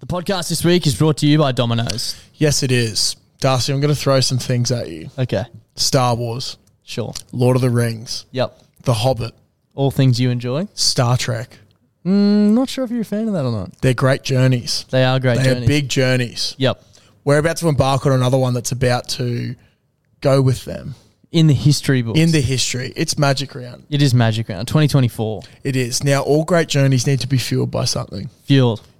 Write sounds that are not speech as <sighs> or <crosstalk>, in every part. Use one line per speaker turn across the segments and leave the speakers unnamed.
The podcast this week is brought to you by Domino's.
Yes, it is. Darcy, I'm going to throw some things at you
Okay,
Star Wars,
sure.
Lord of the Rings,
Yep.
The Hobbit,
All things you enjoy.
Star Trek.
Mm, not sure if you're a fan of that or not.
They're great journeys.
They are great
They're
journeys.
big journeys.
Yep.
We're about to embark on another one that's about to go with them.
In the history books.
in the history. It's magic round.
it is Magic Round 2024.
It is. Now, all great journeys need to be fueled by something.
Fueled.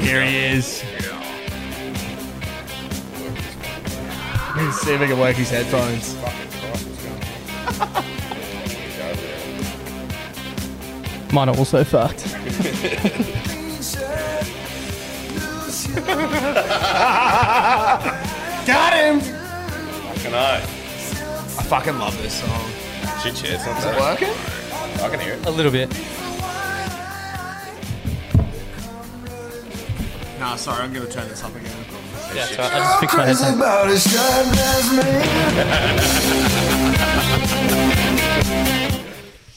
Here he is.
See if we can work his headphones.
Mine are also fucked.
<laughs> Got him.
Can I?
I fucking love this song.
Shit, shit. It's not
Is it working?
I can hear it.
A little bit.
Nah, sorry. I'm gonna turn this up again.
Yeah, I just fixed my headphones.
<laughs>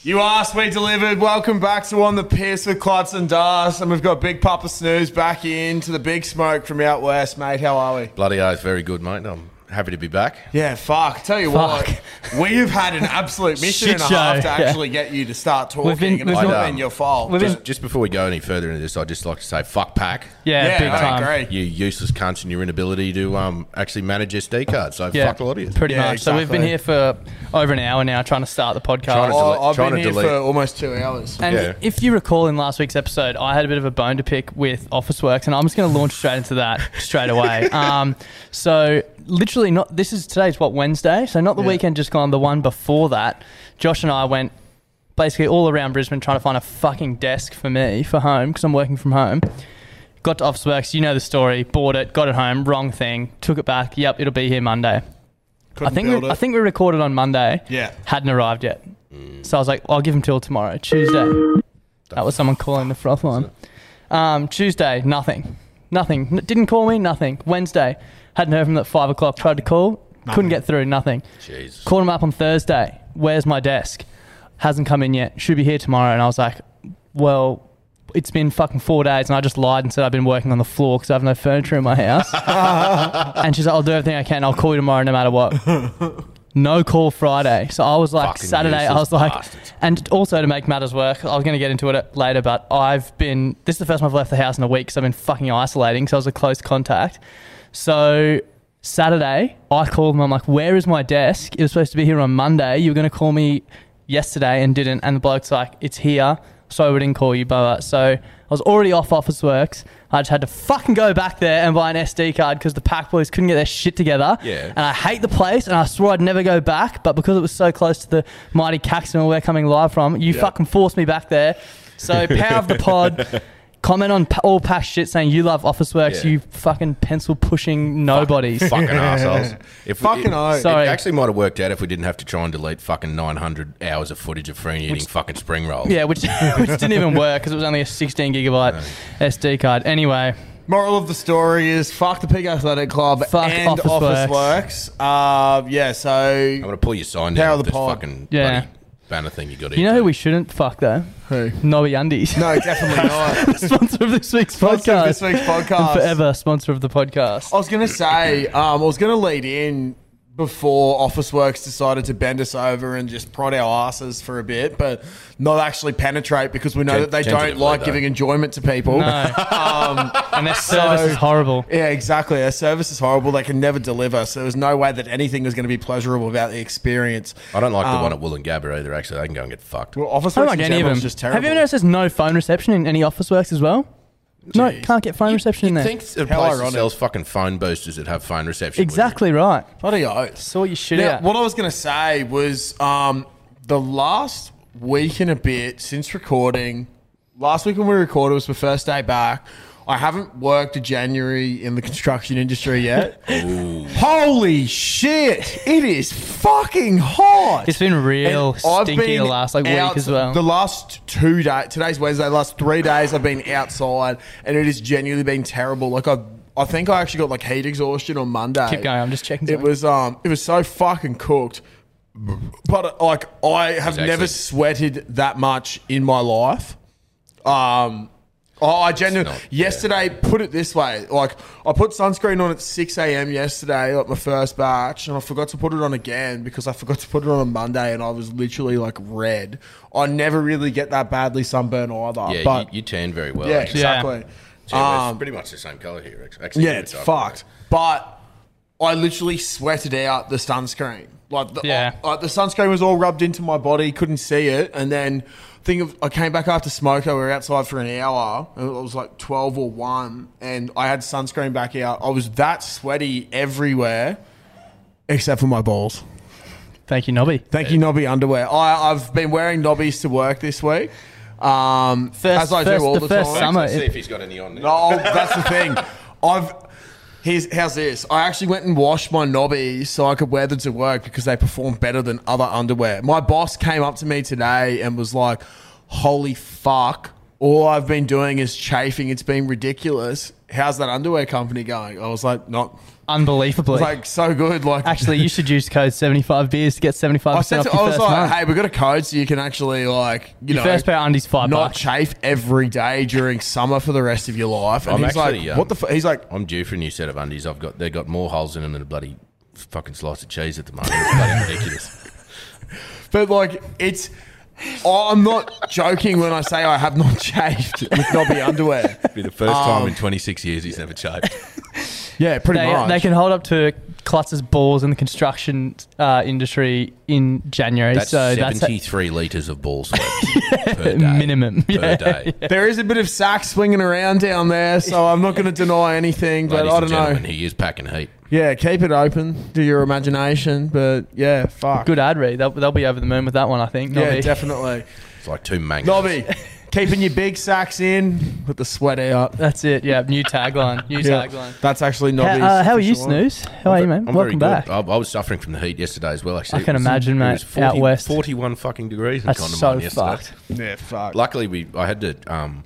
You asked, we delivered. Welcome back to On the Piss with Clots and Dust, and we've got Big Papa Snooze back into the big smoke from out west, mate. How are we?
Bloody oath, very good, mate. I'm happy to be back.
Yeah, fuck. Tell you
Fuck.
what, we've had an
<laughs>
absolute mission
Shit
and a half
show,
to
yeah.
actually get you to start talking,
We've been-
and
we've
it's not
not-
been your fault.
we've
Just, just before we go any further into this, I'd just like to say, fuck pack.
Yeah,
yeah,
big
I
time.
agree.
You useless cunts and your inability to um, actually manage SD cards. So fuck a lot of you.
Pretty
Yeah,
much. So we've been
exactly.
here
<laughs>
for over an hour now trying to start the podcast.
Trying to
I-
dele-
I've
trying
been
to
here
delete.
for almost two hours.
And
Yeah.
if you recall in last week's episode, I had a bit of a bone to pick with Officeworks, and I'm just going to launch straight
<laughs>
into that straight away. Um, so, literally, not this is today's what Wednesday, so not the weekend just gone, the one before that. Josh and I went basically all around Brisbane trying to find a fucking desk for me for home because I'm working from home. Got to Officeworks, you know the story. Bought it, got it home, wrong thing, took it back. Yep, it'll be here Monday.
Couldn't
I think
build
we,
it.
I think we recorded on Monday.
Yeah.
hadn't arrived yet. So I was like, I'll give him till tomorrow, Tuesday.
stuff.
That was someone calling the froth line. Um, Tuesday, nothing. Nothing. N- didn't call me, nothing. Wednesday, hadn't heard from him at five o'clock. Tried to call, couldn't get through, nothing.
Jeez.
Called him up on Thursday. Where's my desk? Hasn't come in yet. Should be here tomorrow. And I was like, well, it's been fucking four days. And I just lied and said I've been working on the floor because I have no furniture in my house. and she's like, I'll do everything I can. I'll call you tomorrow no matter what. No call Friday. So I was like,
Fucking
Saturday, I
useless
was like,
bastards.
and also to make matters work, I was going to get into it later, but I've been, this is the first time I've left the house in a week because I've been fucking isolating. So I was a close contact. So Saturday, I called them. I'm like, where is my desk? It was supposed to be here on Monday. You were going to call me yesterday and didn't. And the bloke's like, it's here. So we didn't call you, blah, blah. So I was already off Office Works. I just had to fucking go back there and buy an SD card because the Pack Boys couldn't get their shit together.
Yeah.
And I hate the place and I swore I'd never go back. But because it was so close to the mighty Caxton where we're coming live from, you fucking forced me back there.
<laughs>
So power of the pod. Comment on pa- all past shit saying you love Office Works,
Yeah.
you fucking pencil pushing nobodies.
fucking
<laughs>
assholes. If we-
Fucking
it,
oath.
it
Sorry.
actually might have worked out if we didn't have to try and delete fucking 900 hours of footage of Freeney eating fucking spring rolls.
Yeah, which, <laughs> which
<laughs>
didn't even work because it was only a 16 gigabyte SD card. Anyway,
Moral of the story is fuck the Pig Athletic Club
Fuck
and
Office
Office, Works. Uh, yeah,
I'm
so
gonna pull your sign
Power
down.
of
with
the
this
pod.
fucking
Yeah.
bloody banner thing you got. to
you know who we shouldn't fuck though?
Who?
Nobby Undies.
no,
<laughs>
definitely not.
sponsor of this week's
Sponsor
podcast.
of this week's podcast.
And forever sponsor of the podcast.
I was gonna say, um, I was gonna lead in before Office Works decided to bend us over and just prod our asses for a bit, but not actually penetrate because we know
Gen-
that they don't
tentatively,
like
though.
giving enjoyment to people. <laughs> Um,
and their service is horrible.
Yeah, exactly. Their service is horrible. They can never deliver. So there was no way that anything was going to be pleasurable about the experience.
I don't like the one at Wool and Gabba either. Actually, they can go and get fucked.
um, Well, Office
I don't
Works
like
in
any of
general
them.
is just terrible.
Have you ever noticed there's no phone reception in any Office Works as well? No,
Jeez.
can't get phone reception in
you
there.
think a
How
place that
ironic.
sells fucking phone boosters that have phone reception? wouldn't
exactly right.
Bloody oath.
Saw your shit
Now,
out.
what I was going to say was um, the last week and a bit since recording, last week when we recorded was my first day back. I haven't worked a January in the construction industry
<laughs>
yet. Holy shit! It is fucking hot.
It's been real stinky the last like week
out-
as well.
The last two days, today's Wednesday, the last three days I've been outside and it has genuinely been terrible. Like I, I think I actually got like heat exhaustion on Monday.
Keep going, I'm just checking
It
something.
was um, it was so fucking cooked. But uh, like I have
Exactly.
never sweated that much in my life. Um, oh, I genuinely
not-
yesterday put it this way. Like I put sunscreen on at six a.m. yesterday, like my first batch, and I forgot to put it on again because I forgot to put it on on Monday, and I was literally like red. I never really get that badly sunburned either.
You? Yeah,
but
you, you tan very well.
yeah,
actually.
exactly. Um,
Gee whiz, it's pretty much the same color here. actually. Actually,
Yeah, it's
dark.
fucked. But I literally sweated out the sunscreen. Like the,
Yeah.
like the sunscreen was all rubbed into my body, couldn't see it. And then thing of I came back after smoker, we were outside for an hour, and it was like twelve or one, and I had sunscreen back out. I was that sweaty everywhere. Except for my balls.
Thank you, Nobby.
Thank you, Nobby Underwear. I, I've been wearing Nobbies to work this week. Um,
First-
as I
first-
do all
the
the,
first
time.
summer
Let's
It-
see if he's got any on. Now.
No, Oh, that's the thing. I've here's how's this. I actually went and washed my knobbies so I could wear them to work because they perform better than other underwear. My boss came up to me today and was like, "Holy fuck! All I've been doing is chafing. It's been ridiculous. How's that underwear company going?" I was like, "Not
Unbelievably.
like so good." Like
Actually, you should use code 75 beers to get 75
I said,
off
to,
your
I was
first
like,
month.
"Hey, we got a code so you can actually like you
Your
know."
first pair of undies five
not
bucks.
chafe every day during summer for the rest of your life. And
I'm
he's
actually,
like,
um,
what the? F-? He's like,
I'm due for a new set of undies. I've got they got more holes in them than a bloody fucking slice of cheese at the moment. It's
<laughs>
bloody ridiculous.
But like, it's. Oh, I'm not joking when I say I have not <laughs> chafed with knobby underwear.
Be the first
Um,
time in 26 years he's never chafed.
Yeah, pretty
They,
much.
they can hold up to Klutz's balls in the construction uh, industry in January.
That's
so that's a
73 liters of ball
<laughs>
sweat per day.
minimum.
per
Yeah. <laughs>
day.
<laughs> there is a bit of sack swinging around down there, so I'm not going to deny anything. But
Ladies
I
and
don't
gentlemen,
know.
he is packing heat.
Yeah, keep it open to your imagination. But yeah, fuck.
Good ad read. They'll, they'll be over the moon with that one, I think.
Yeah,
Nobby.
definitely.
<laughs>
It's like two mangoes.
Nobby, Keeping your big sacks in, put the sweat out.
That's it. Yeah, new tagline. New
Yeah.
tagline.
That's actually
How,
not.
uh, how are you, Snooze? How are you, man?
I'm
Welcome
very
back.
Good. I, I was suffering from the heat yesterday as well. Actually,
I can imagine,
it
mate,
was
out west.
forty-one fucking degrees. In
That's
Condamine
so
yesterday.
fucked.
Yeah, fuck.
Luckily, we I had to um,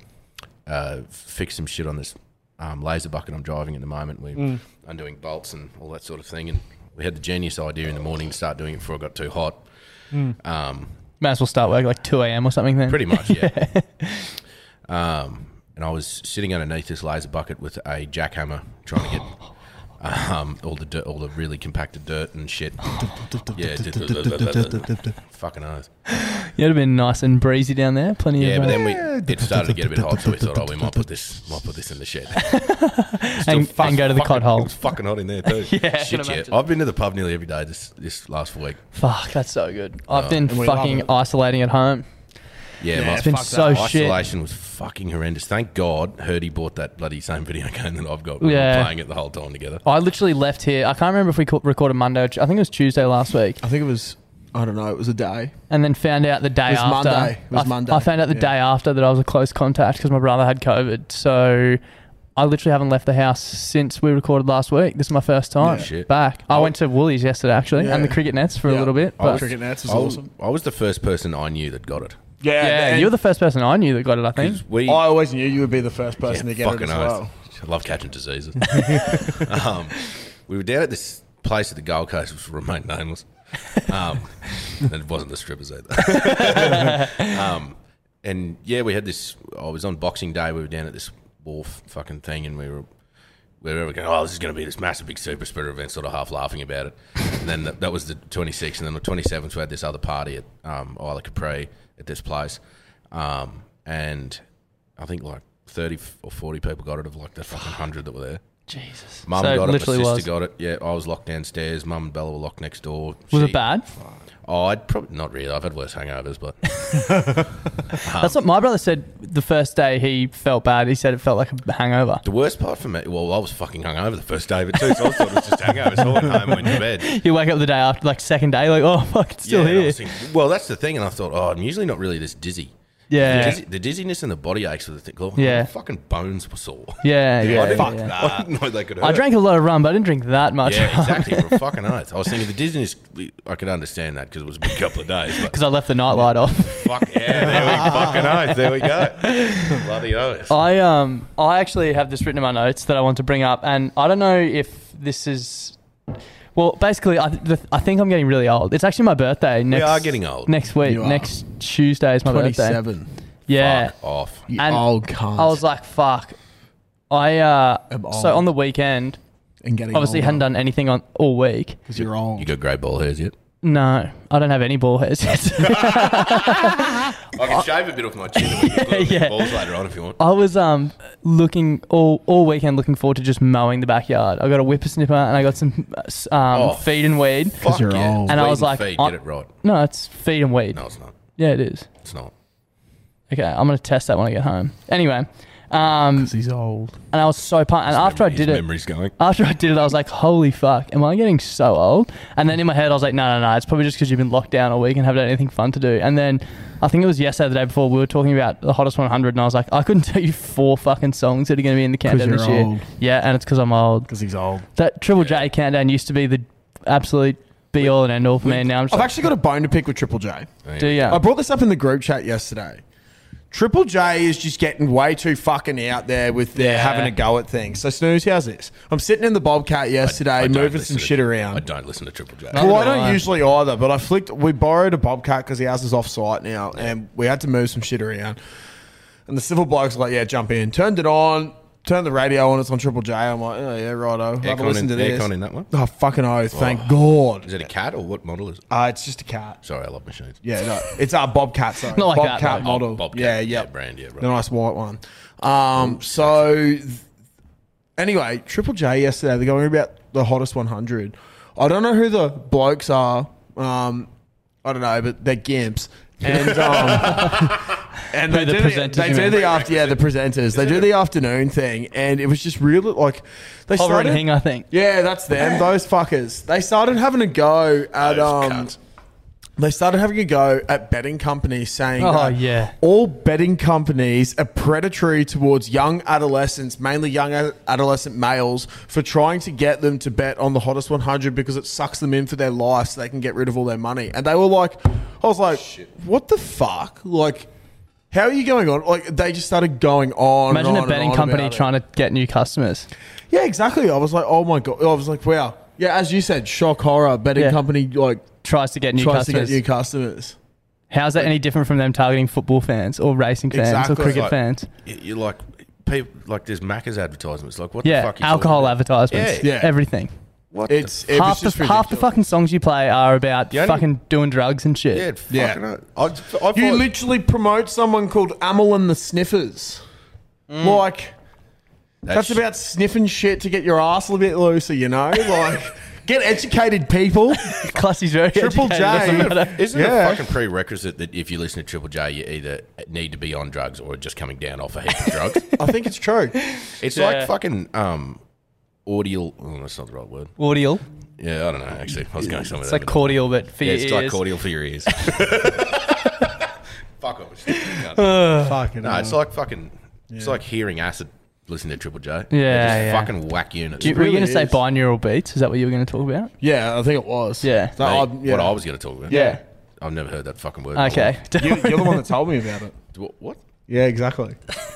uh, fix some shit on this um, laser bucket I'm driving at the moment. We're
Mm.
undoing bolts and all that sort of thing, and we had the genius idea in the morning to start doing it before it got too hot.
Mm.
Um,
Might as well start work like 2 a.m. or something then. <sighs>
Pretty much, yeah.
<laughs>
um, and I was sitting underneath this laser bucket with a jackhammer, trying to get um, all the dirt, all the really compacted dirt and shit. yeah, fucking earth.
It would have been nice and breezy down there. Plenty
Yeah,
of.
but
uh,
then we it started to get a bit hot, so we thought, oh, we might put this, might put this in the shed. Still
<laughs> and,
fucking-
and go to the
fucking-
cod hole.
It was <laughs> fucking hot in there too.
<laughs> Yeah, I can
shit. Yeah,
imagine.
I've been to the pub nearly every day this this last week. Uh,
Fuck, that's so good. I've been
Uh, we love
fucking
it.
isolating at home.
Yeah,
It's
my
been so shit.
isolation was fucking horrendous. Thank God Herdy bought that bloody same <laughs> video game that I've got.
Yeah.
Yeah, playing it the whole time together.
I literally left here. I can't remember if we co- recorded Monday. or Tu- I think it was Tuesday last week,
I think it was. I don't know. It was a day.
and then found out the day
It was
after.
Monday. It was
I,
Monday.
I found out the
Yeah.
day after that I was a close contact because my brother had COVID. So I literally haven't left the house since we recorded last week. This is my first time
Yeah. Shit.
back. I went to Woolies yesterday actually, and the
Yeah.
cricket nets for
Yeah.
a little bit.
I
But
was- Cricket nets is
I was,
awesome.
I was the first person I knew that got it.
yeah,
and
you're the first person I knew that got it. I think.
'Cause We,
I always knew you would be the first person
yeah,
to get it
fucking
as
oath.
well.
<laughs> I love catching
<laughs>
diseases. <laughs> um, we were down at this place at the Gold Coast, which will remain nameless. Um, and it wasn't the strippers either. <laughs> um, and yeah, we had this. I was on Boxing Day. We were down at this wharf fucking thing, and we were we were going, oh, this is going to be this massive big super spreader event, sort of half laughing about it. And then that that was the 26th. And then the 27th, we had this other party at um, Isla Capri at this place. Um, and I think like 30 or 40 people got it of like the fucking 100 that were there.
Jesus.
Mum
So
got it, my sister
literally was.
got it. Yeah, I was locked downstairs. Mum and Bella were locked next door.
Was
She-
it bad?
Oh, I'd probably not really. I've had worse hangovers,
<laughs>
but Um,
That's what my brother said. The first day he felt bad. He said it felt like a hangover.
the worst part for me, well, I was fucking hungover the first day of <laughs> it too, so I thought it was <laughs> just hangover. So I went home, went to bed.
<laughs> You wake up the day after, like second day, like oh fuck, it's still
Yeah, and I
here.
was thinking- well, that's the thing, and I thought, oh, I'm usually not really this dizzy.
Yeah.
The, dizzy, the dizziness and the body aches are the thing. Oh,
Yeah.
my fucking bones were sore.
<laughs> <laughs>
<laughs>
Yeah, yeah. yeah,
fuck
yeah.
that. <laughs> I didn't know they could hurt.
I drank a lot of rum, but I didn't drink that much.
Yeah, exactly. For fucking oath. I was thinking the dizziness, I could understand that because it was a big couple of days. But
<laughs> Because <laughs> I left the night light off.
<laughs> fuck yeah, there
<laughs>
we fucking oath. There we go. Bloody oath.
I um I actually have this written in my notes that I want to bring up, and I don't know if this is. Well, basically, I, th- the, I think I'm getting really old. It's actually my birthday. Next,
are getting old.
Next week,
You are.
next Tuesday is my birthday.
Twenty-seven.
Yeah,
Fuck off.
You
And
old cunt.
I was like, fuck. I uh,
I'm old.
so on the weekend,
and getting
obviously hadn't done anything on all week.
because you're old.
You got grey ball hairs yet?
No, I don't have any ball hairs
<laughs>
<laughs> yet.
I can shave a bit off my chin. and we
<laughs>
can put
Yeah.
Balls later on if you want.
I was um looking all all weekend, looking forward to just mowing the backyard. I got a whippersnipper and I got some uh, s- um,
Oh,
feed and weed.
Fuck
you're
yeah.
old.
And I
Weed
was like,
feed,
I-
get it right.
No, it's feed and weed.
No, it's not.
Yeah, it is.
It's not.
Okay, I'm gonna test that when I get home. Anyway, um,
He's old.
and I was so pumped. And after I
His
did it,
memory's going.
after I did it, I was like, holy fuck, am I getting so old? And then in my head, I was like, no, no, no, it's probably just because you've been locked down all week and haven't had anything fun to do. And then I think it was yesterday, the day before, we were talking about the hottest 100, and I was like, I couldn't <laughs> tell you four fucking songs that are going to be in the countdown
you're
this year.
old.
Yeah, and it's because I'm old.
Because he's old.
That Triple J countdown used to be the absolute be all and end all for me, and now I'm just
I've
like,
actually got a bone to pick with Triple J.
do you?
I brought this up in the group chat yesterday. Triple J is just getting way too fucking out there with their
Yeah.
having a go at things. So snooze, how's this? I'm sitting in the Bobcat yesterday,
I don't
moving
listen
some
to-
shit
I
around.
don't listen to Triple J.
well, I
Neither do
don't
I.
usually either, but I flicked. We borrowed a Bobcat because ours is off site now, and we had to move some shit around. And the civil bloke's like, "Yeah, jump in." Turned it on. Turned the radio on. It's on Triple J. I'm like, "Oh yeah, righto." Have a
Aircon
listen
in-
to this.
aircon in that one?
Oh fucking oh, thank God.
Is it a cat or what model is it?
Uh, it's just a cat.
Sorry, I love machines.
Yeah, no, it's our Bobcat. Sorry,
Not like that,
Bobcat
though.
model.
Oh, Bobcat.
Yeah, yeah,
Yeah, brand, yeah, right.
the nice white one.
Oh,
Um, so th- anyway, Triple J yesterday they're going about the hottest 100. I don't know who the blokes are. Um, I don't know, but they're gimps.
<laughs>
And um, and they
the
do
presenters,
they
you
do
mean?
the after yeah the presenters they do the afternoon thing and it was just really like they
Hover and
started-
Hing, I think.
yeah, that's them. Those fuckers. They started having a go at
Those
um,
cunts.
They started having a go at betting companies saying
Oh,
that
yeah.
all betting companies are predatory towards young adolescents, mainly young ad- adolescent males, for trying to get them to bet on the hottest 100 because it sucks them in for their life so they can get rid of all their money. And they were like, I was like, what the fuck? Like, how are you going on? Like, they just started going on. and
Imagine
on
a betting company trying to get new customers.
Yeah, exactly. I was like, oh my God. I was like, wow. Yeah, as you said, shock horror, betting
Yeah.
company, like,
Tries to get new
tries
customers.
to get new customers.
How's that any different from them targeting football fans or racing fans
Exactly.
or cricket
Like,
fans?
you- You're like people like there's Macca's advertisements. Like what the
Yeah,
fuck? you talking
alcohol
about?
advertisements.
Yeah. Yeah.
Everything.
What?
It's
the
it
half the
was just
half the
ridiculous.
fucking songs you play are about
The only-
fucking doing drugs and shit.
yeah,
Yeah.
fucking hell. I, I thought,
You literally promote someone called Amel and the Sniffers.
Mm.
Like that's, about sniffing shit to get your ass a little bit looser,
<laughs>
you know? Like get educated
<laughs>
people.
Classy's very
Triple
educated,
J.
doesn't matter.
<laughs> Isn't
Yeah.
it a fucking prerequisite that if you listen to Triple J, you either need to be on drugs or just coming down off a heap of drugs?
<laughs> I think it's
<laughs>
true.
It's
Yeah.
like fucking um, audio. Oh, that's not the right word.
Cordial.
Yeah, I don't know. Actually, I was going somewhere.
It's like cordial, but for
Yeah,
your
it's like
ears.
cordial for your
<laughs>
<laughs>
ears. Fuck off.
Fucking
No, it's like fucking. It's like hearing acid. Listening to Triple J.
Yeah,
They're
yeah.
just fucking whack units.
You- were you
really
going to say
is.
binaural beats? Is that what you were going to talk about?
Yeah, I think it was.
Yeah.
So
Mate,
I- yeah.
What I was going to talk about.
Yeah.
I've never heard that fucking word. in my
Okay.
You, are the
<laughs>
one that told me about it.
life. What? what?
Yeah, exactly.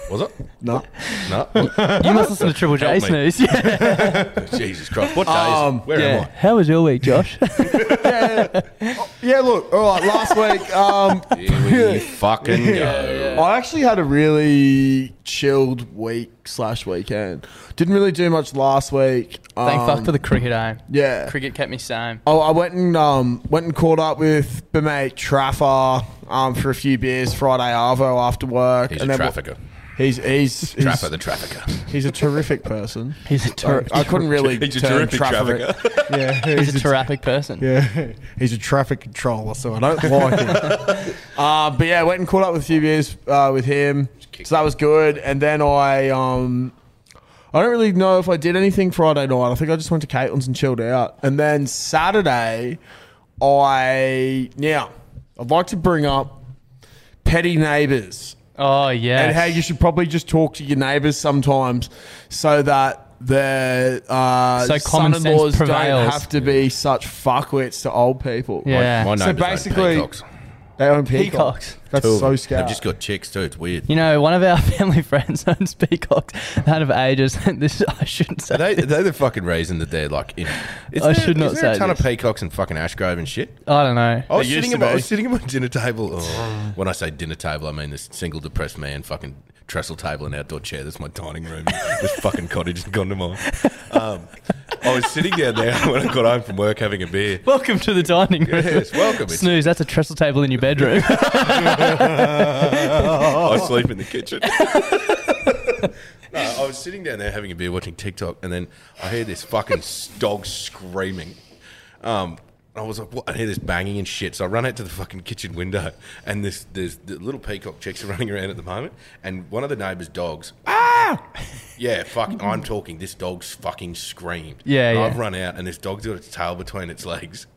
Was it?
No.
No. What?
you must listen to Triple J
Help me.
Snooze. Yeah.
<laughs> Jesus Christ. What day
Um,
is it? Where
yeah.
am I?
How was your
<laughs>
week, Josh?
Oh, Yeah, look, all right, last week, um
<laughs>
<laughs>
Here we fucking go.
I actually had a really chilled week slash weekend. Didn't really do much last week. Um,
Thank fuck for the cricket, eh?
yeah. Oh,
Cricket kept me sane.
I, I went and um, went and caught up with my mate Traffer um, for a few beers Friday Arvo after work.
He's
and
a
then wa-
trafficker.
He's he's he's,
Trapper the
<laughs>
trafficker.
he's a terrific person.
He's a
I,
ter-
I couldn't really.
He's a
term
terrific
Traffer it. Yeah, he's,
he's a terrific person.
yeah, he's a traffic controller, so I don't like him. uh, but yeah, went and caught up with a few beers uh, with him, so that was good. And then I, um, I don't really know if I did anything Friday night. I think I just went to Caitlin's and chilled out. And then Saturday, I now I'd like to bring up petty neighbors
Oh yeah.
and how you should probably just talk to your neighbors sometimes so that their uh,
So common sense
son-in-laws don't
prevails.
have to be such fuckwits to old people.
Yeah.
My neighbours own
basically-
peacocks.
Like, they own peacocks.
Peacocks.
That's
Two of
so
them.
scary.
They've just got chicks too. It's weird.
You know, one of our <laughs> family friends owns peacocks out of ages. <laughs> this I shouldn't say.
Are they, are they the fucking reason that they're like. In, is there,
I should not
is there
say
a ton
this.
of peacocks in fucking Ashgrove and shit?
I don't know.
I was,
There used
sitting
to
at, my- I
be.
was sitting at my dinner table. Oh, when I say dinner table, I mean this single depressed man fucking trestle table and outdoor chair. That's my dining room. <laughs> this fucking cottage has gone to mine. Um, I was sitting down there <laughs> when I got home from work having a beer.
<laughs> Welcome to the dining room.
Yes, welcome. It's-
Snooze, that's a trestle table in
<laughs>
your bedroom. <laughs>
I sleep in the kitchen. no, I was sitting down there having a beer watching TikTok, and then I hear this fucking s- dog screaming. Um, I was like, what? I hear this banging and shit. So I run out to the fucking kitchen window, and this there's the little peacock chicks are running around at the moment, and one of the neighbours' dogs. Ah! Yeah, fuck. I'm talking. This dog's fucking screamed.
Yeah,
And
yeah.
I've run out, and this dog's got its tail between its legs.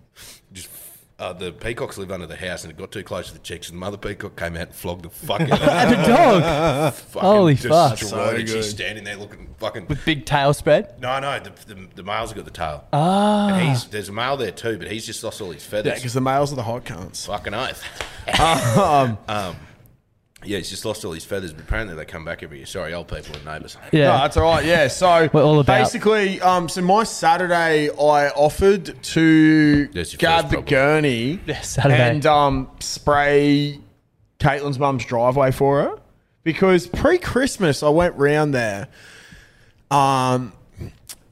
Just. Uh, the peacocks live under the house, and it got too close to the chicks, and the mother peacock came out and flogged the fuck
<laughs>
out of it
and a dog
fucking
Holy fuck.
destroyed
So
it.
good.
She's standing there looking fucking.
with big tail spread.
No, no, the, the, the male's got the tail. Ah. And he's, there's a male there too, but he's just lost all his
yeah,
feathers.
because the males are the hot cunts.
fucking oath.
<laughs>
um, yeah, he's just lost all his feathers, but apparently they come back every year. Sorry, old people and neighbours.
No,
Yeah.
that's all right. Yeah. So
<laughs> We're all about-
basically, um, so my Saturday, I offered to
There's your
grab
first
the
problem.
gurney
Yeah, Saturday.
and um, spray Caitlin's mum's driveway for her because pre Christmas I went round there, um,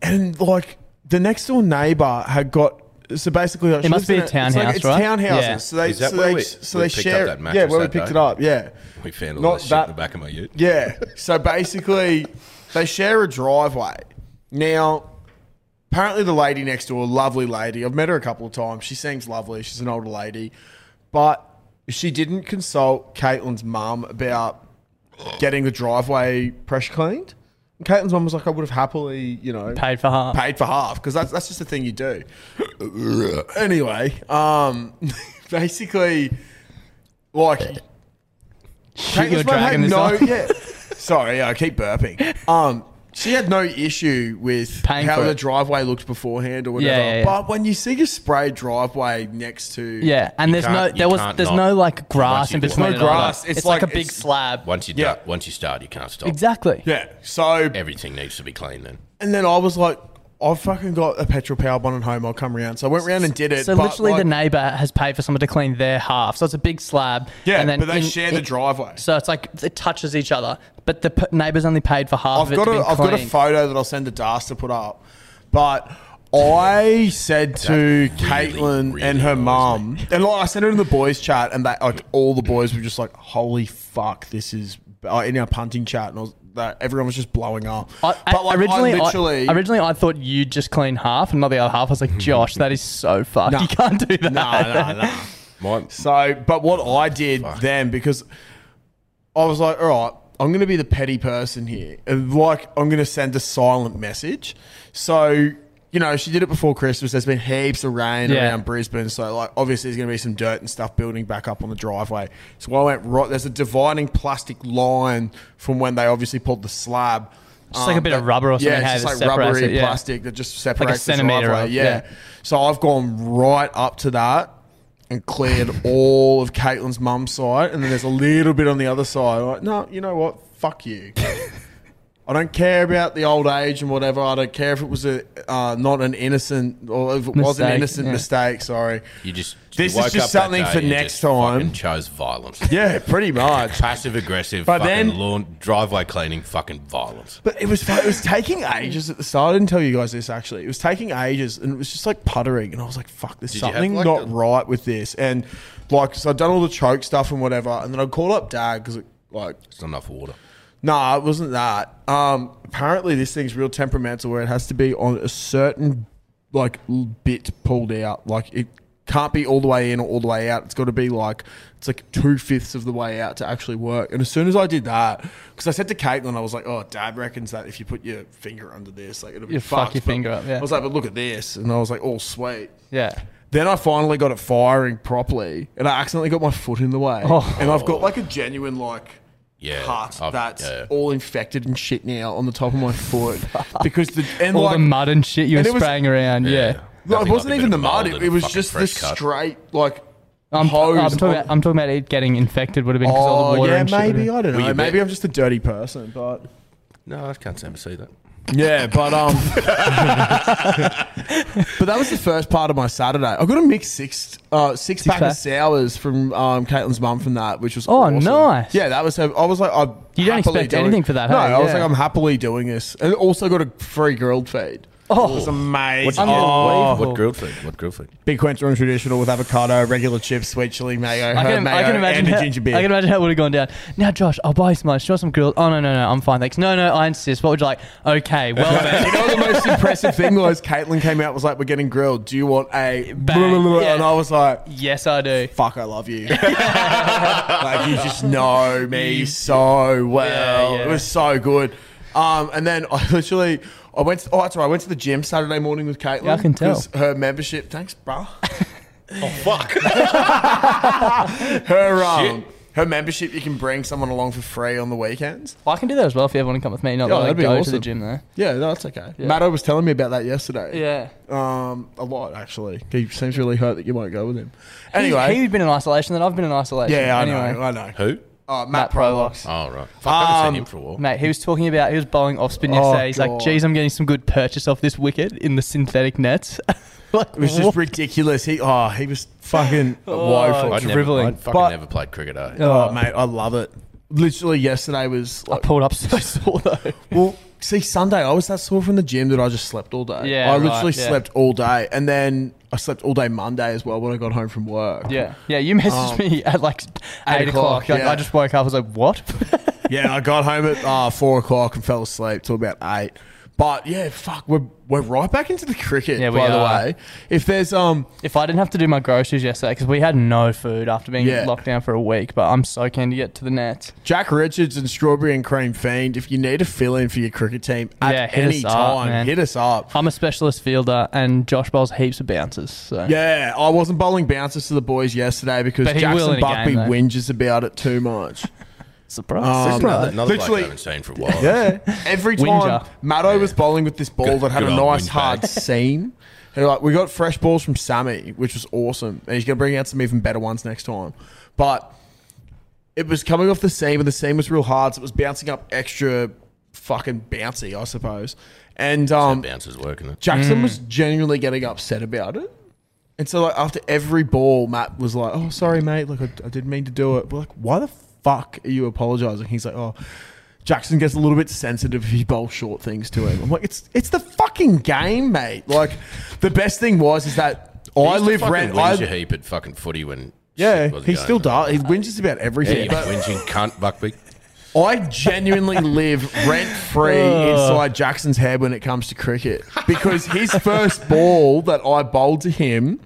and like the next door neighbour had got. So basically, like, she lives
must be
in
a townhouse,
it's
right?
like, It's townhouses.
Yeah.
So they,
Is that
so
where
they,
we-
so
we
they
picked up
share.
that
yeah,
mattress
where we
that
picked it
day?
up. Yeah.
We found all
Not
this
that-
shit in the back of my ute.
Yeah. So basically, they share a driveway. Now, apparently, the lady next door, lovely lady. I've met her a couple of times. She seems lovely. She's an older lady, but she didn't consult Caitlin's mum about getting the driveway pressure cleaned. And Caitlin's mum was like, "I would have happily, you know,
paid for
<laughs>
half.
paid for half because that's that's just the thing you do." anyway, um, <laughs> basically like
Shoot
Kate
your
Winslet had
dragon this
no,
off.
yeah. Sorry, I keep burping. Um, she had no issue with
Paying
how
for
the
it.
driveway looked beforehand or whatever.
yeah, yeah.
But when you see a spray driveway next to
Yeah, and there's no
can't-
there
you
was
can't
there's
not.
no like
Once
grass
you
in
do it.
between.
No
it all.
grass,
It's,
it's
like,
like-
a big
it's-
slab.
Once you do,
Yeah.
once you start, you can't stop.
Exactly.
yeah, so
Everything needs to be clean then.
and then I was like, I've fucking got a petrol powered one at home. I'll come around. So I went round and did it.
So
but,
literally, the
like-
neighbor has paid for someone to clean their half. So it's a big slab.
yeah,
and then
but they
in-
share the
in-
driveway.
So it's like it touches each other, but the p- neighbors only paid for half.
I've got a, I've got a photo that I'll send to Das to put up, but I said to
really,
Caitlin
really
and her
annoys
mum, and like I sent it in the boys chat, and that like all the boys were just like, "Holy fuck, this is." Uh, in our punting chat, and I was, that everyone was just blowing up.
I,
but like,
originally,
I
I,
literally,
originally I thought you just clean half and not the other half. I
<laughs>
was like, Josh, that is so fucked. You can't do that.
nah, nah, nah.
My,
So, but what I did then, because I was like, all right, I'm going to be the petty person here. And like, I'm going to send a silent message. So, you know, she did it before Christmas. There's been heaps of rain
Yeah.
around Brisbane. So, like, obviously, there's going to be some dirt and stuff building back up on the driveway. So, I went right, there's a dividing plastic line from when they obviously pulled the slab. Um,
Just like a bit of rubber or something,
Yeah,
hey,
it's just
that
like
separates
rubbery
it, yeah.
plastic that just separates the
centimetre
driveway.
up,
yeah.
yeah.
So I've gone right up to that and cleared all of Caitlin's mum's side, and then there's a little bit on the other side. I'm like, no, you know what? Fuck you. I don't care about the old age and whatever. I don't care if it was a uh, not an innocent or if it was an
Mistake,
innocent
yeah.
mistake. Sorry.
you just you
This is
woke
just
up that
something
day
for
and you
next
just
time.
fucking Chose violence. <laughs>
Yeah, pretty much.
Passive aggressive,
But
fucking
then-
lawn driveway cleaning, fucking violence.
But it was it was taking ages at the start. I didn't tell you guys this actually. It was taking ages, and it was just like puttering. And I was like, "Fuck, there's
Did you have,
something
like, the-
not right with this." And like, so I'd done all the choke stuff and whatever, and then I'd call up dad because like,
It's not enough water.
nah, it wasn't that. Um, apparently this thing's real temperamental, where it has to be on a certain like l- bit pulled out. Like it can't be all the way in or all the way out. It's got to be like it's like two fifths of the way out to actually work. And as soon as I did that, because I said to Caitlin, I was like, "Oh, Dad reckons that if you put your finger under this, like it'll be
You fuck
fucked."
your
But
finger up, yeah.
I was like, "But look at this," and I was like, "Oh, sweet."
Yeah.
Then I finally got it firing properly, and I accidentally got my foot in the way,
Oh.
and I've got like a genuine like
Yeah,
cut
I've-
that's
yeah.
all infected and shit now on the top of
<laughs>
my foot because the and
All
like,
the mud and shit you
and
were
it was-
spraying around. Yeah.
like,
Nothing
it wasn't
like a bit
even the
of
mud;
mold
it,
in
it
a
was
fucking
just the
fresh cut.
straight like
<laughs> I'm,
hose.
I'm talking
on-
about, I'm talking about it getting infected would have been because all the
oh
water
yeah,
and shit would've
maybe
been-
I don't
Were
know.
you
Maybe
bit-
I'm just a dirty person, but
No, I can't stand to see that.
yeah, but um, <laughs> but that was the first part of my Saturday. I got a mixed six uh, six, pack,
pack.
of sours from um, Caitlin's mum from that, which was
Oh,
awesome.
nice.
Yeah, that was. her- I was like, I
You don't expect anything for that,
No,
hey?
I was
Yeah.
like, I'm happily doing this, and also got a free grilled feed.
Oh,
amazing.
unbelievable.
Oh. What grilled food? What grilled food?
Big Quentin traditional with avocado, regular chips, sweet chili mayo,
I
herb
can,
mayo,
I can imagine.
and a
How,
ginger beer.
I can imagine how it would have gone down. Now, Josh, I'll buy you some lunch. Do you want some grilled? Oh no, no, no, I'm fine, thanks. No, no, I insist. What would you like? Okay, well
<laughs>
then.
you know the most impressive thing was Caitlin came out and was like, "We're getting grilled. Do you want a?"
Bang.
blah, blah, blah, blah," <laughs> And
Yeah.
I was like,
Yes, I do.
"Fuck, I love <laughs> you." like you just know
<laughs>
me so well.
Yeah, yeah.
It was so good. Um, and then I <laughs> literally, I went. To, oh, that's right. I went to the gym Saturday morning with Caitlin.
Yeah, I can tell. Oh,
'cause Her membership. Thanks,
<laughs>
bruh.
Fuck.
<laughs> Her um, her membership. You can bring someone along for free on the weekends.
I can do that as well if you ever want to come with me. Not
Yeah,
that I
that'd be
go to the
awesome.
gym though.
Yeah, no, that's okay.
Yeah.
Matto was telling me about that yesterday.
Yeah.
Um, a lot actually. He seems really hurt that you won't go with him.
he,
Anyway,
he'd been in isolation, then I've been in isolation.
yeah, I
anyway.
know, I know.
Who?
Uh, Matt,
Matt Prolox.
Prolox.
Oh right. Fuck, I haven't
Um,
seen him for a while.
Mate, he was talking about he was bowling off spin
Oh,
yesterday. He's like,
God.
"Geez, I'm getting some good purchase off this wicket in the synthetic nets." <laughs> like,
It was just ridiculous. He oh, he was
<laughs>
fucking woeful.
Oh, I'd never,
dribbling.
I'd fucking
But-
never played cricket. eh?
Oh, mate, I love it. Literally yesterday was
I
like, <laughs>
pulled up so sore <laughs> though.
well, see Sunday I was that sore from the gym that I just slept all day.
Yeah,
I
right,
literally
yeah.
slept all day, and then I slept all day Monday as well when I got home from work. Um,
Yeah, yeah. You messaged me at like eight, o'clock.
o'clock,
Like,
yeah.
I just woke up. I was like, "What?" <laughs>
yeah, I got home at uh, four o'clock and fell asleep till about eight. But yeah, fuck, we're, we're right back into the cricket.
Yeah, we
by
are.
the way, if there's um,
If I didn't have to do my groceries yesterday, because we had no food after being
Yeah.
locked down for a week, but I'm so keen to get to the nets.
Jack Richards and Strawberry and Cream Fiend, if you need a fill in for your cricket team at
Yeah, hit
any
us up,
time,
man.
hit us up.
I'm a specialist fielder, and Josh bowls heaps of bounces. So
Yeah, I wasn't bowling bouncers to the boys yesterday because
But he will
Jackson
in a game,
Buckby
though.
whinges about it too much.
surprise.
Um,
Another, another bloke I
Literally-
haven't seen for a while.
Yeah. Every time
Whinger.
Maddo was bowling with this ball
Good-
that had a
good old
nice
whinge
hard
bag.
seam. And like we got fresh balls from Sammy, which was awesome. And he's gonna bring out some even better ones next time. But it was coming off the seam and the seam was real hard, so it was bouncing up extra fucking bouncy, I suppose. And um,
Bouncers working it.
Jackson
Mm.
was
Mm.
genuinely getting upset about it. And so, like, after every ball, Matt was like, oh, sorry, mate. Like, I, I didn't mean to do it. We're like, why the fuck are you apologizing? He's like, oh, Jackson gets a little bit sensitive if you bowl short things to him. I'm like, it's it's the fucking game, mate. Like, the best thing was is that I live rent.
Whinge a
I,
heap at fucking footy when.
yeah,
shit wasn't
he
going
still
on.
does. He whinges about
Yeah,
everything.
you
but-
whinging cunt,
<laughs>
Buckbeak.
I
<laughs>
genuinely live rent free inside Jackson's head when it comes to cricket because his first ball that I bowled to him,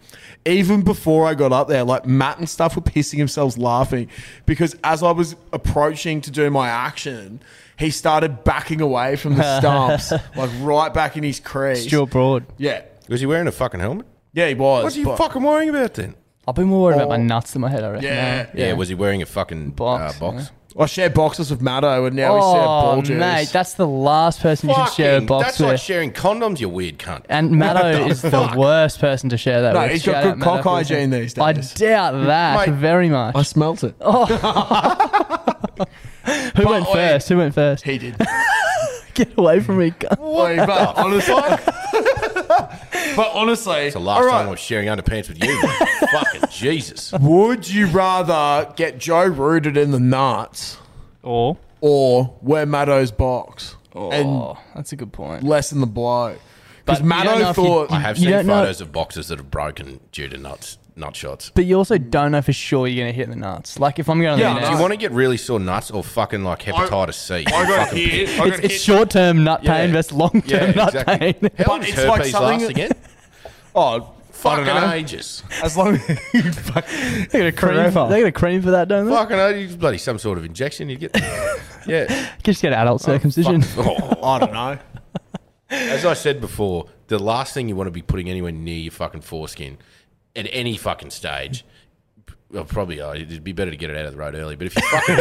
even before I got up there, like Matt and stuff were pissing themselves laughing because as I was approaching to do my action, he started backing away from
<laughs>
the stumps, like right back in his crease.
Stuart Broad.
Yeah.
Was he wearing a fucking helmet?
Yeah, he was.
What are you
but-
fucking worrying about then?
I've been more worried about my
Oh.
nuts than my head. I reckon.
Yeah.
Yeah, was he wearing a fucking box?
Box,
Uh, box?
I share boxes with Maddo and now we share
Oh
ball juice.
mate, that's the last person you should share a
Fucking-
box
that's
with.
like sharing condoms, you weird cunt.
and Matto is the worst person to share that
No,
with.
he's got
Shout
good
out Matto
cock
for listening.
hygiene these
I
days.
doubt that Oh.
Mate.
<laughs> very much.
I smelt it.
Who went
Oi.
first? Who went first?
He did.
<laughs> Get away from me.
<laughs> Wait, but honestly, <laughs> but honestly,
the last time I was sharing underpants with you. <laughs> fucking Jesus.
would you rather get Joe rooted in the nuts
Or
or wear Maddo's box
oh, that's a good point.
and lessen the blow? Because
But you don't know
Maddo
if you-
thought
I have
You
seen
don't know-
photos of boxes that have broken due to nuts, nut shots.
But you also don't know for sure you're gonna hit in the nuts. Like if I'm going to
Yeah,
the
Do
nuts,
you want to get really sore nuts or fucking like hepatitis C?
I got
Fucking
hit.
pig.
I got
it's,
hit.
short term nut pain
Yeah.
versus long
Yeah,
term nut
exactly.
pain.
How long
But
does
it's like
herpes
something-
last again?
<laughs> oh, I don't
fucking
know.
ages.
As long
They got a cream.
Forever.
They got a cream for that, don't
<laughs>
they?
fucking ages. Bloody some sort of injection you get.
<laughs>
Yeah.
Just get adult circumcision.
<laughs> Oh.
I don't know.
As I said before, the last thing you want to be putting anywhere near your fucking foreskin at any fucking stage. Well, probably uh, it'd be better to get it out of the road early. But if you're fucking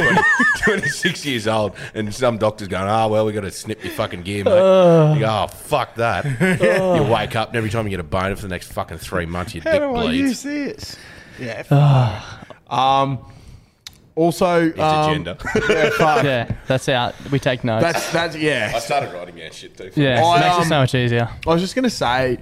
20, <laughs> 26 years old and some doctor's going, oh, well, we got to snip your fucking gear, mate.
Ah.
you go, oh, fuck that. you wake up and every time you get a boner for the next fucking three months, your dick bleeds.
this?
<sighs>
Yeah. fuck. um. Also,
It's a
um, <laughs>
gender.
yeah, that's out. We take notes.
that's that's yeah.
I started writing that shit too.
yeah,
I,
it makes it
um,
so much easier.
I was just gonna say,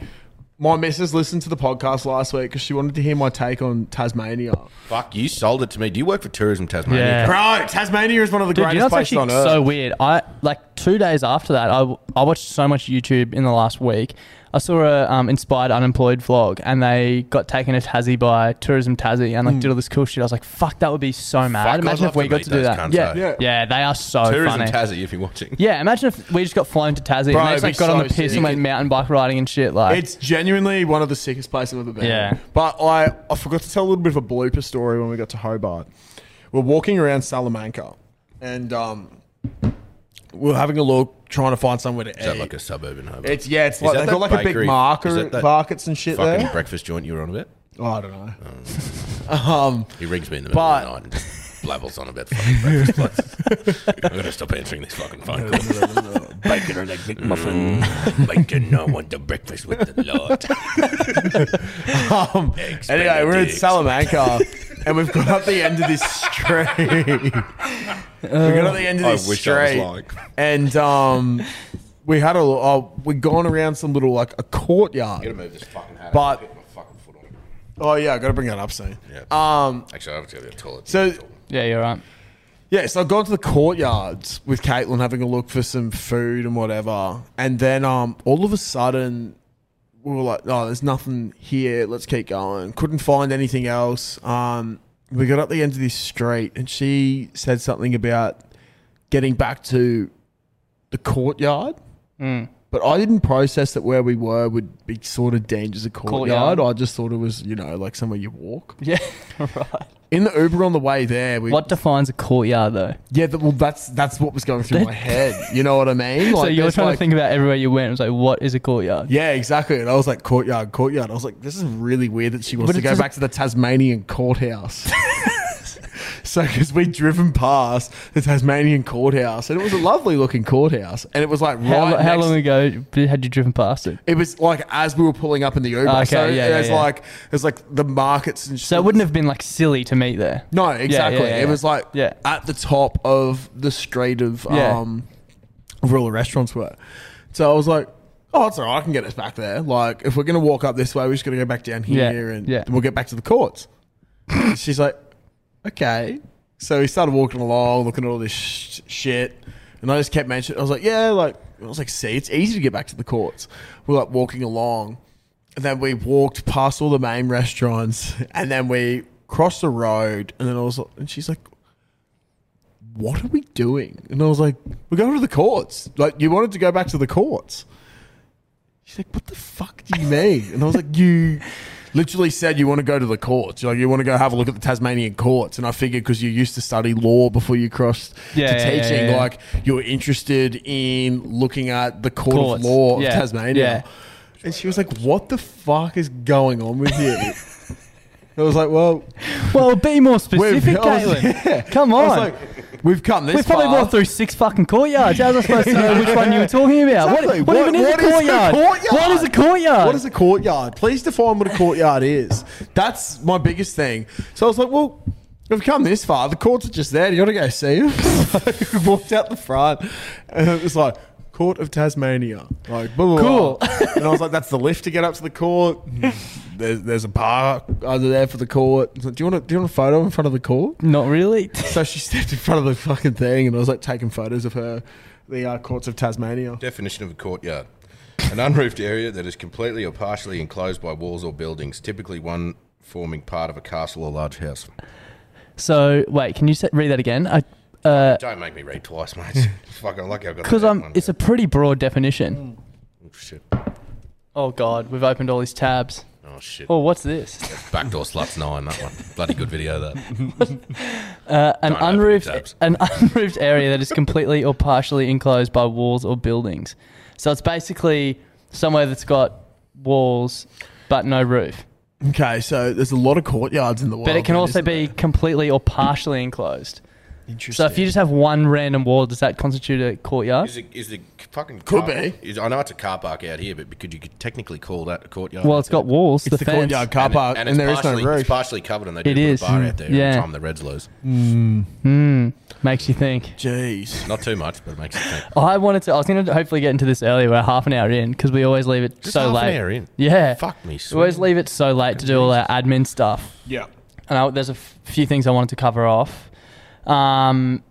my missus listened to the podcast last week because she wanted to hear my take on Tasmania.
Fuck, you sold it to me. Do you work for Tourism Tasmania?
Yeah.
Bro, Tasmania is one of the
Dude, you know
greatest
it's
places on
actually
earth.
so weird. I like two days after that, I, w- I watched so much YouTube in the last week. I saw a um, inspired unemployed vlog, and they got taken to Tassie by Tourism Tassie,
Hmm.
and like did all this cool shit. I was like, "Fuck, that would be so mad."
Fuck, I'd
imagine
love
if we
to
got
meet
to do
those
that.
cunts,
Yeah.
though.
yeah,
Yeah.
they are so
Tourism
funny.
Tassie, if you're watching.
yeah, imagine if we just got flown to Tassie
Bro,
and they
it'd
just like
be
got on
so
the piss
sick.
and went mountain bike riding and shit. Like,
It's genuinely one of the sickest places I've ever been.
Yeah.
But I, I forgot to tell a little bit of a blooper story when we got to Hobart. We're walking around Salamanca and um, we're having a look, trying to find somewhere to
Is that
eat.
like a suburban home?
it's yeah, it's
Is
like
that
they've
that
got like a
bakery-
big
is
marker,
that that
markets and shit
fucking
there.
breakfast joint you were on about?
Oh, I don't know. um,
He rings me in the middle
But-
of the night and just blabbles on about fucking breakfast places.
<laughs>
I'm going to stop answering this fucking phone Mm. call.
bacon and egg McMuffin.
Bacon, I want the breakfast with the <laughs> Lord.
<laughs> Um,
Oh. Eggs,
anyway, we're in
Benedict. <laughs>
Salamanca and we've got up the end of this street. we got up the end of
I
this
wish I was
street.
lying.
And um, we had a uh, we'd gone around some little like a courtyard.
move this fucking hat.
But-
Get my fucking foot on it.
Oh yeah, I got to bring that up soon.
Yeah.
Um,
Actually, I have to go to the toilet.
so
yeah, you're right.
Yeah, so I've gone to the courtyards with Caitlin having a look for some food and whatever. And then um, all of a sudden, we were like, oh, there's nothing here. Let's keep going. Couldn't find anything else. Um, we got up the end of this street and she said
Mm.
something about getting back to the courtyard. But I didn't process that where we were would be sort of deemed as a courtyard.
Courtyard.
I just thought it was, you know, like somewhere you walk.
Yeah, right.
In the Uber on the way there, we
What defines a courtyard though?
yeah, th- well, that's that's what <laughs> was going through my head. You know what I mean?
<laughs> so you were
there's,
trying
like-
to think about everywhere you went. It was like, what is a courtyard?
Yeah, exactly. And I was like, courtyard, courtyard. I was like, this is really weird that she wants
But
to
it
go
doesn't-
back to the Tasmanian
<laughs>
courthouse. <laughs> so, because we'd driven past the Tasmanian courthouse, and it was a lovely looking courthouse, and it was like
How,
right.
how
next-
long ago had you driven past it?
It was like as we were pulling up in the Uber.
Okay,
so
yeah,
it was
yeah, yeah.
like it was like the markets and
So it wouldn't have been like silly to meet there.
No, exactly.
yeah, yeah.
It was like
Yeah.
at the top of the street of
Yeah.
um, where all the restaurants were. So I was like, oh, it's all right. I can get us back there. Like, if we're going to walk up this way, we're just going to go back down
Yeah,
here and
yeah.
we'll get back to the courts. She's like, okay. So we started walking along, looking at all this sh- shit. And I just kept mentioning, I was like, yeah, like, I was like, see, it's easy to get back to the courts. We're like walking along. And then we walked past all the main restaurants, and then we crossed the road. And then I was, like- and she's like, "What are we doing?" And I was like, "We're going to the courts. Like you wanted to go back to the courts." She's like, "What the fuck do you mean?" And I was like, "You." <laughs> Literally said you want to go to the courts. You're like you want to go have a look at the Tasmanian courts, and I figured because you used to study law before you crossed
Yeah,
to
yeah, yeah,
teaching,
yeah.
like you were interested in looking at the court
Courts.
of law
Yeah,
of Tasmania.
yeah.
And she was like, "What the fuck is going on with you?"
<laughs>
I was like, "Well,
Well,
<laughs>
be more specific,
I was-
Caitlin.
yeah. <laughs>
Come
I was
on.
like, we've come this
We've probably
far.
walked through six fucking courtyards. How was I supposed
<laughs>
to know which one you were talking about? What-
Exactly.
What, even is, a courtyard? What is a courtyard?
What is a courtyard? Please define what a courtyard is. That's my biggest thing. So I was like, well, we've come this far. The courts are just there. Do you want to go see them? <laughs> we walked out the front, and it was like. Court of Tasmania, like blah, blah, blah. Hmm.
Cool.
<laughs> and I was like, "That's the lift to get up to the court." There's, there's a park under there for the court. I was like, do you want to do you want a photo in front of the court?
Not really.
<laughs> So she stepped in front of the fucking thing, and I was like taking photos of her, the uh, courts of Tasmania.
Definition of a courtyard. An unroofed area that is completely or partially enclosed by walls or buildings, typically one forming part of a castle or large house.
So wait, can you se- read that again? I, uh,
Don't make me read twice, mate. <laughs> Fuck, I'm lucky I've got
because
that
I'm.
one.
It's a pretty broad
Mm.
definition.
Oh, shit.
Oh God, we've opened all these tabs.
Oh, shit.
Oh,
<laughs>
what's this? <laughs>
Backdoor Sluts 9, that one. Bloody good video, that.
Uh,
Don't open
An
the
unroofed,
tabs.
an <laughs> unroofed area that is completely or partially enclosed by walls or buildings. So it's basically somewhere that's got walls but no roof.
Okay, so there's a lot of courtyards in the world.
But it can
then,
also
isn't
be
there?
completely or partially enclosed.
interesting.
So if you just have one random wall, does that constitute a courtyard?
Is it, is it fucking.
Could
car-
be.
Is, I know it's a car park out here, but because you could technically call that a courtyard.
Well, it's got walls.
it's the,
fence.
courtyard car
And it-
park, and,
and, it's
there is no
partially- It's
roof.
partially covered, and they
It
did
is.
put a bar out there
Yeah.
every time the Reds lose.
Hmm.
Hmm. Makes you think.
Jeez,
Not too much, but it makes you think.
I wanted to. I was going to hopefully get into this earlier. We're half an hour in because we always leave it so
half an
late.
hour in?
Yeah.
Fuck me,
We always leave it so late to do all our admin stuff.
yeah.
and I, there's a f- few things I wanted to cover off. Um,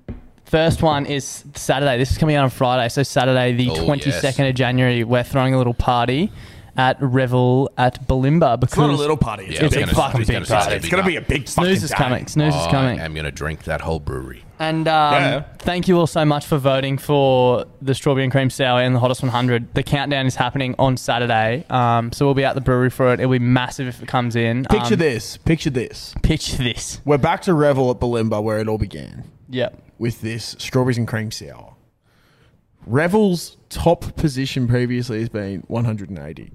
first one is Saturday. This is coming out on Friday, so Saturday the
Oh, yes.
twenty second of January, we're throwing a little party at Revel at Balimba because
It's not a little party. It's
Yeah,
a
it's
big
a fucking
it's gonna
big
say it's
party.
It's gonna be a big fucking
Snooze is
day.
coming. Snooze is coming.
I am going to drink that whole brewery.
And um,
Yeah.
thank you all so much for voting for the strawberry and cream sour and the hottest 100. The countdown is happening on Saturday, um, so we'll be at the brewery for it. It'll be massive if it comes in.
Picture
Um,
this. Picture this.
Picture this.
We're back to revel at Balimba, where it all began
Yep.
with this strawberries and cream sour. Revel's top position previously has been 180.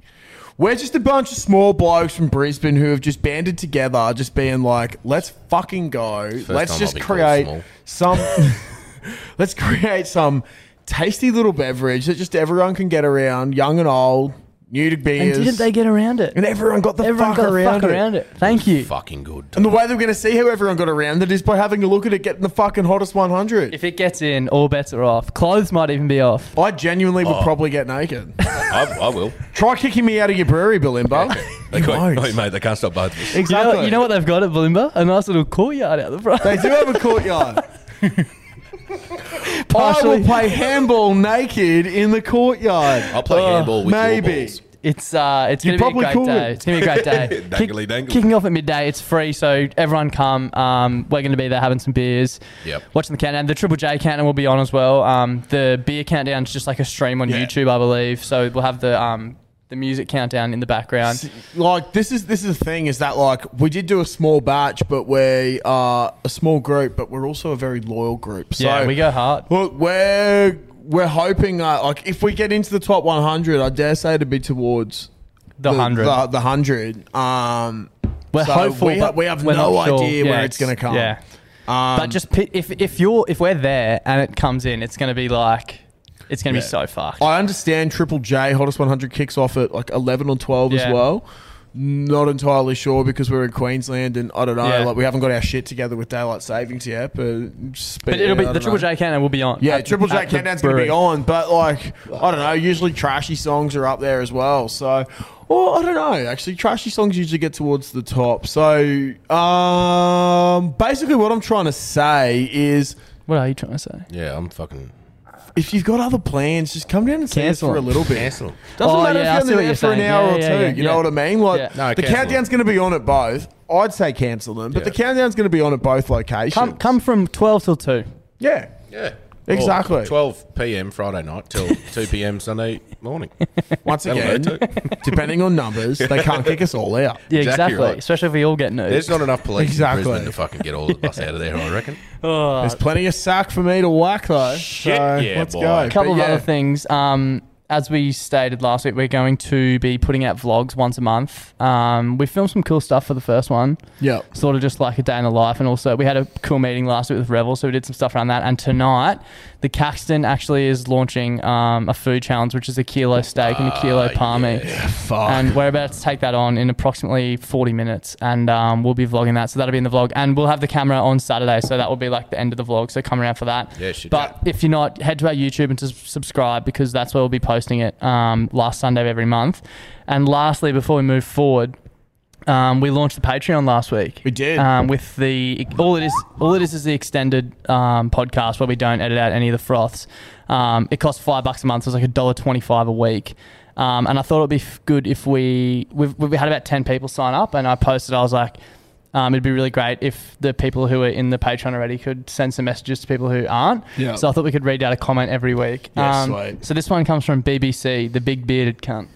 We're just a bunch of small blokes from Brisbane who have just banded together, just being like, let's fucking go. let's
time
just
I'll be called
create
small.
some.
<laughs>
<laughs> let's create some tasty little beverage that just everyone can get around, young and old, new to
And
beers.
didn't they get around it?
And everyone got the
Everyone
fuck
got the
around
fuck
it.
around it. Thank you.
Fucking good.
And the way they're going to see how everyone got around it is by having a look at it getting the fucking hottest 100.
If it gets in, all bets are off. Clothes might even be off.
I genuinely
Oh.
would probably get naked.
I, I
<laughs>
will.
Try kicking me out of your brewery, Bilimbo. <laughs>
They can't,
won't.
oh, <laughs> mate, they can't stop both of us.
You
exactly.
know, you know what they've got at Balimba? A nice little courtyard out the front.
They do
<laughs>
have a courtyard. I
Partially-
will play handball naked in the courtyard.
I'll play handball with your
Uh, Maybe.
balls.
It's uh, it's gonna be a
probably
great
could.
day. It's gonna be a
<laughs>
great day.
Dangly dangle.
Kicking off at midday. It's free, so everyone come. Um, we're gonna be there having some beers.
Yep.
Watching the countdown. The Triple J countdown will be on as well. Um, the beer countdown is just like a stream on
Yeah.
YouTube, I believe. So we'll have the um the music countdown in the background.
like this is this is the thing is that like we did do a small batch, but we are a small group, but we're also a very loyal group. So
yeah, we go hard.
Look, we're we're hoping uh, like if we get into the top 100, I dare say it'd be towards
The hundred.
The, the hundred. Um,
We're
so
hopeful.
We, ha-
but
we have
we're
no
not sure.
idea
Yeah,
where it's going to come.
Yeah.
Um,
but just pi- if if you're if we're there and it comes in, it's gonna be like it's gonna
Yeah.
be so fucked.
I understand Triple J Hottest 100 kicks off at like 11 or 12
Yeah.
as well. Not entirely sure because we're in Queensland and I don't know,
Yeah.
like we haven't got our shit together with daylight savings yet. But just
But it'll be
I
the
don't
Triple
know.
J cannon will be on.
Yeah,
at-
Uh, Triple J
at the
Countdown's going to be
brewery.
on, but like I don't know. Usually trashy songs are up there as well, so or I don't know. Actually, trashy songs usually get towards the top. So um, basically, what I'm trying to say is,
What are you trying to say?
Yeah, I'm fucking
if you've got other plans, just come down and see us
Cancel
for a
them.
little bit.
cancel.
Doesn't
Oh,
matter
yeah, I
if
see
you're in
what
there
you're
for an
saying.
hour
Yeah,
or
yeah,
two.
yeah,
you
yeah.
know what I mean? Like
Yeah.
No,
the
cancel
countdown's going to be on at both. I'd say cancel them, but
Yeah.
the countdown's going to be on at both locations.
Come come from twelve till two.
yeah.
Yeah.
Exactly.
Or 12 p.m. Friday night
<laughs>
till 2 p.m. Sunday morning.
Once
That'll
again,
do too.
<laughs> depending on numbers, they can't kick us all out.
<laughs> Yeah,
Exactly
exactly.
right.
Especially if we all get
There's
news.
not enough police
Exactly.
in Brisbane to fucking get all of us out of there, I reckon.
<laughs>
<laughs>
Oh,
There's plenty of sack for me to whack though.
Shit,
so
yeah,
let's
boy.
go.
a couple
But
of
yeah,
other things. Um, as we stated last week, we're going to be putting out vlogs once a month. Um, we filmed some cool stuff for the first one,
Yeah.
sort of just like a day in the life, and also we had a cool meeting last week with Revel, so we did some stuff around that. And tonight, the Caxton actually is launching um, a food challenge, which is a kilo steak and a kilo palmy.
Fuck.
and Um, we're about to take that on in approximately 40 minutes and um, we'll be vlogging that so that'll be in the vlog and we'll have the camera on saturday so that will be like the end of the vlog so come around for that
Yeah, shit,
but if you're not head to our youtube and just subscribe because that's where we'll be posting it um, last sunday of every month and lastly before we move forward um, we launched the Patreon last week.
We did.
um, with the all it is all it is is the extended um, podcast where we don't edit out any of the froths. Um, it costs five bucks a month, so it's like a dollar twenty five a week. Um, and I thought it'd be f- good if we we've, we've had about ten people sign up, and I posted I was like. Um, it'd be really great if the people who are in the Patreon already could send some messages to people who aren't.
Yeah.
So I thought we could read out a comment every week. Um,
Yeah, sweet.
So this one comes from BBC, the big bearded cunt.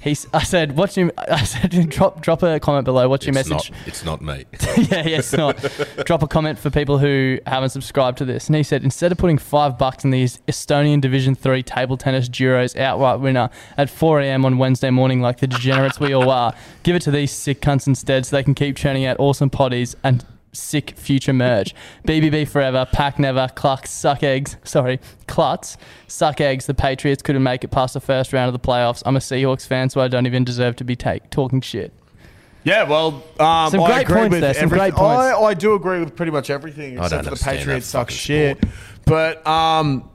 He's, I said, what's your, <laughs> I said, drop, drop a comment below. What's your
It's
message?
not, it's not me.
<laughs> yeah, yeah, it's not.
<laughs>
drop a comment for people who haven't subscribed to this. And he said, instead of putting five bucks in these Estonian Division Three table tennis duros outright winner at 4 a.m. on Wednesday morning, like the degenerates we all are, give it to these sick cunts instead, so they can keep churning out awesome potties and sick future merge. BBB forever, pack never, clucks, suck eggs. Sorry, clutz, suck eggs. The Patriots couldn't make it past the first round of the playoffs. I'm a Seahawks fan, so I don't even deserve to be take, talking shit.
Yeah, well, um,
Some
I
great
agree
points
with
there, some
everything-
great points.
I, I do agree with pretty much everything
don't
except for the
understand that
Patriots suck
fucking
shit. But um,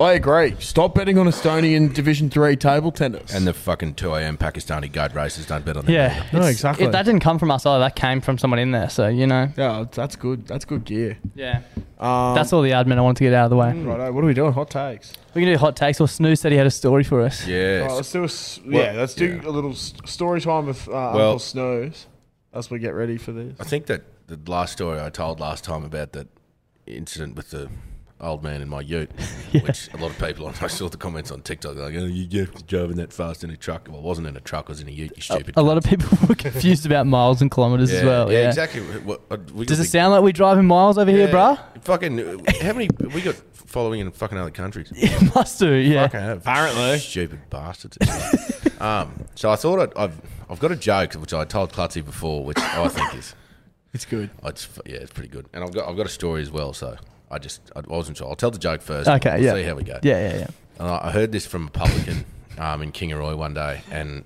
I agree. Stop betting on Estonian Division Three table tennis.
and the fucking 2 a.m. Pakistani guide races don't bet on them.
Yeah,
No,
it's-
exactly.
It, that didn't come from us either. That came from someone in there. So you know.
yeah, that's good. That's good gear. Mm.
Yeah.
Um,
That's all the admin I wanted to get out of the way.
righto. What are we doing? Hot takes.
We can do hot takes. Or Snoo said he had a story for us.
Yes.
Alright, let's do a s yeah. Let's do
yeah.
a little s- story time with uh, Uncle Snows as we get ready for this.
I think that the last story I told last time about that incident with the old man in my
<laughs>
ute, which a lot of people, I saw the comments on TikTok, they're like, oh, you just driving that fast in a truck. Well, it wasn't in a truck, it was in a ute, you stupid.
A lot of people
<laughs>
were confused about miles and kilometers as well. Yeah,
exactly. What, what- we
Does
got
it
the-
sound like we driving miles over here,
Yeah,
bruh?
Fucking, uh, how many, we got following in fucking other countries.
<laughs> It must do. Yeah.
Fucking hell, Stupid bastards. <laughs> um, so I thought I'd, I've, I've got a joke, which I told Clutzy before, which I think
<laughs>
is...
It's good.
It's, yeah, it's pretty good. And I've got I've got a story as well, so I just I wasn't sure. I'll tell the joke first.
Okay.
We'll
yeah.
See how we go.
Yeah, yeah, yeah.
And I I heard this from a publican um, in Kingaroy one day, and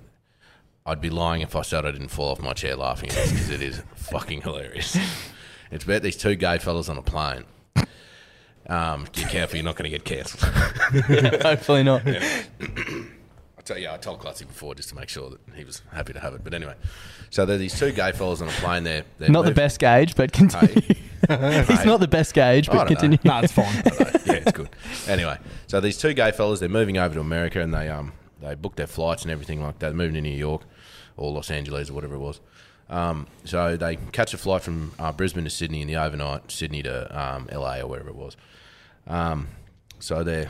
I'd be lying if I said I didn't fall off my chair laughing at this because it is fucking hilarious. It's about these two gay fellas on a plane. Um, be careful, you're not going to get cancelled.
<laughs> Hopefully not.
<coughs> I tell yeah, I told Clutzy before just to make sure that he was happy to have it. But anyway, so there are these two gay fellas on a plane. They're, they're
Not the
moving-
best gauge, but continue. <laughs> He's
Hey.
not the best gauge,
I
but
don't know.
continue. <laughs>
Nah, it's fine.
yeah, it's good. Anyway, so these two gay fellas, they're moving over to America, and they um They booked their flights and everything like that. They're moving to New York or Los Angeles or whatever it was. Um, so they catch a flight from uh, Brisbane to Sydney in the overnight, Sydney to um, LA or whatever it was. Um, so they're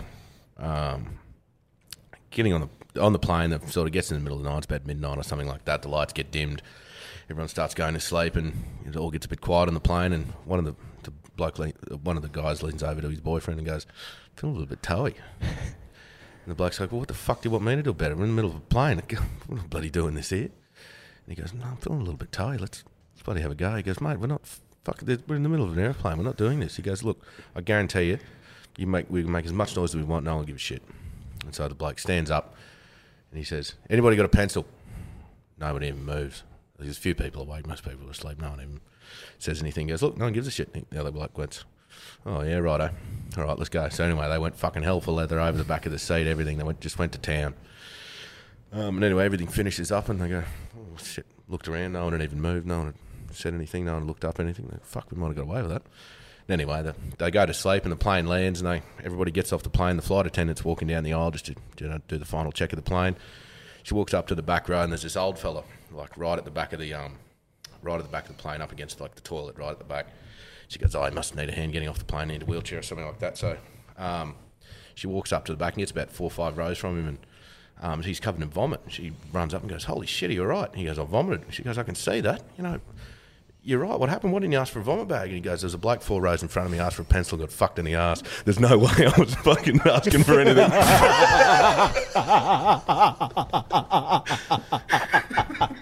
um, getting on the on the plane that sort of gets in the middle of the night, it's about midnight or something like that. The lights get dimmed, everyone starts going to sleep, and it all gets a bit quiet on the plane. And one of the, the bloke, le- one of the guys, leans over to his boyfriend and goes, I "Feel a little bit toey." and the bloke's like, "Well, what the fuck do you want me to do about it? We're in the middle of a plane. <laughs> We're not bloody doing this here." And he goes, "No, I'm feeling a little bit tired. Let's, let's bloody have a go." He goes, "Mate, we're not f- fuck. th- We're in the middle of an airplane. We're not doing this." He goes, "Look, I guarantee you, you make we can make as much noise as we want. No one will give a shit." And so the bloke stands up and he says, "Anybody got a pencil?" Nobody even moves. There's a few people awake. Most people are asleep. No one even says anything. Goes, look, no one gives a shit. The other bloke went, "Oh yeah, righto. All right, let's go." So anyway, they went fucking hell for leather over the back of the seat. Everything. They went just went to town. Um, and anyway, everything finishes up, and they go, "Oh shit!" Looked around, no one had even moved, no one had said anything, no one had looked up anything. Like, Fuck, we might have got away with that. And anyway, the, they go to sleep, and the plane lands, and they everybody gets off the plane. The flight attendant's walking down the aisle just to you know, do the final check of the plane. She walks up to the back row, and there's this old fella, like right at the back of the um, right at the back of the plane, up against like the toilet, right at the back. She goes, "Oh, he must need a hand getting off the plane, need a wheelchair or something like that." So, um, she walks up to the back and gets about four or five rows from him, and um, he's covered in vomit. She runs up and goes, "Holy shit, are you all right?" He goes, "I vomited." She goes, "I can see that. You know, you're right. What happened? Why didn't you ask for a vomit bag?" And he goes, "There's a bloke four rows in front of me asked for a pencil, got fucked in the ass. There's no <laughs> way I was fucking asking for anything."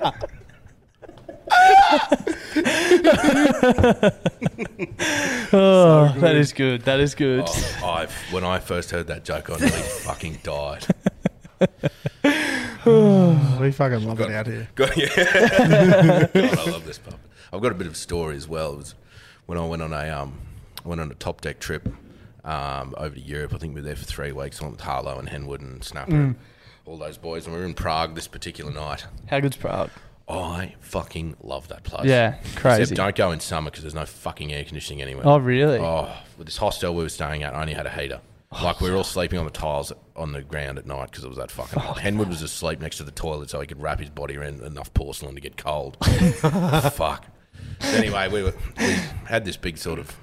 <laughs> Oh, that is good. That is good.
Oh, I when I first heard that joke, I
<laughs>
nearly fucking
<sighs>
died.
<sighs> We fucking love it out
<laughs>
here.
God, yeah.
<laughs>
God, I love this pub. I've got a bit of a story as well. It was when I went on a um, I went on a top deck trip um, over to Europe. I think we were there for three weeks. I went with Harlow and Henwood and Snapper,
Mm.
and all those boys, and we were in Prague this particular night.
<laughs> How good's Prague?
I fucking love that place.
Yeah, crazy.
Except don't go in summer because there's no fucking air conditioning anywhere.
Oh, really? Oh,
Oh, with this hostel we were staying at only had a heater. Like we were all sleeping on the tiles on the ground at night because it was that fucking hot. Henwood was asleep next to the toilet so he could wrap his body around enough porcelain to get
<laughs>
cold. Fuck. Anyway, we, were, we had this big sort of.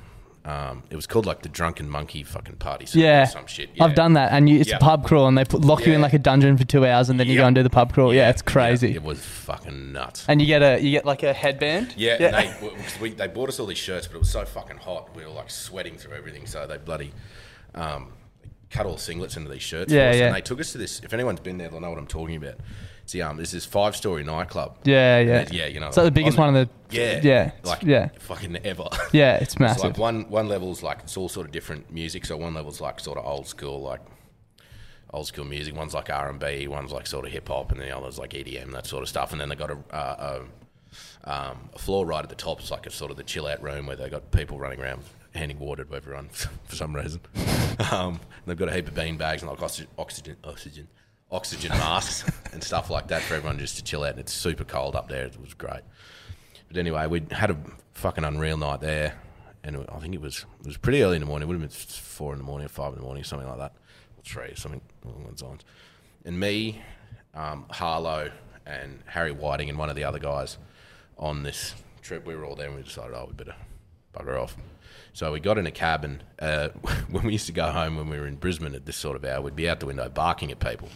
Um, it was called like the drunken monkey fucking party. Circle
Yeah.
Or some shit. Yeah.
I've done that, and you, it's
Yep.
a pub crawl, and they put, lock you in
Yeah.
like a dungeon for two hours, and then you
Yep.
go and do the pub crawl. Yeah, it's crazy.
Yeah, it was fucking nuts.
And you get a you get like a headband.
Yeah, And they, w- 'cause we, they bought us all these shirts, but it was so fucking hot. We were like sweating through everything. So they bloody um, cut all singlets into these shirts. for
Yeah,
us,
yeah.
And they took us to this. If anyone's been there, they'll know what I'm talking about. See, um, there's this five story nightclub.
yeah,
And
yeah.
it- yeah, you know.
It's like the biggest one of the.
Yeah.
yeah, it's-
Like,
yeah,
Fucking ever.
yeah.
<laughs>
It's
So like
massive.
one one level's like it's all sort of different music. So one level's like sort of old school, like old school music. One's like R and B, one's like sort of hip hop, and the other's like EDM, that sort of stuff. And then they got a, uh, a, um, a floor right at the top. It's like a sort of the chill out room where they got people running around handing water to everyone <laughs> for some reason. um, and they've got a heap of bean bags and like oxy- oxygen, oxygen, oxygen masks and stuff like that for everyone just to chill out. And it's super cold up there. It was great. But anyway, we had a fucking unreal night there, and I think it was it was pretty early in the morning. It would have been four in the morning or five in the morning, something like that, or three, something along those lines. And me, um, Harlow, and Harry Whiting, and one of the other guys on this trip, we were all there, and we decided, oh, we better bugger off. So we got in a cab, and uh, <laughs> when we used to go home when we were in Brisbane at this sort of hour, we'd be out the window barking
<laughs>
at people,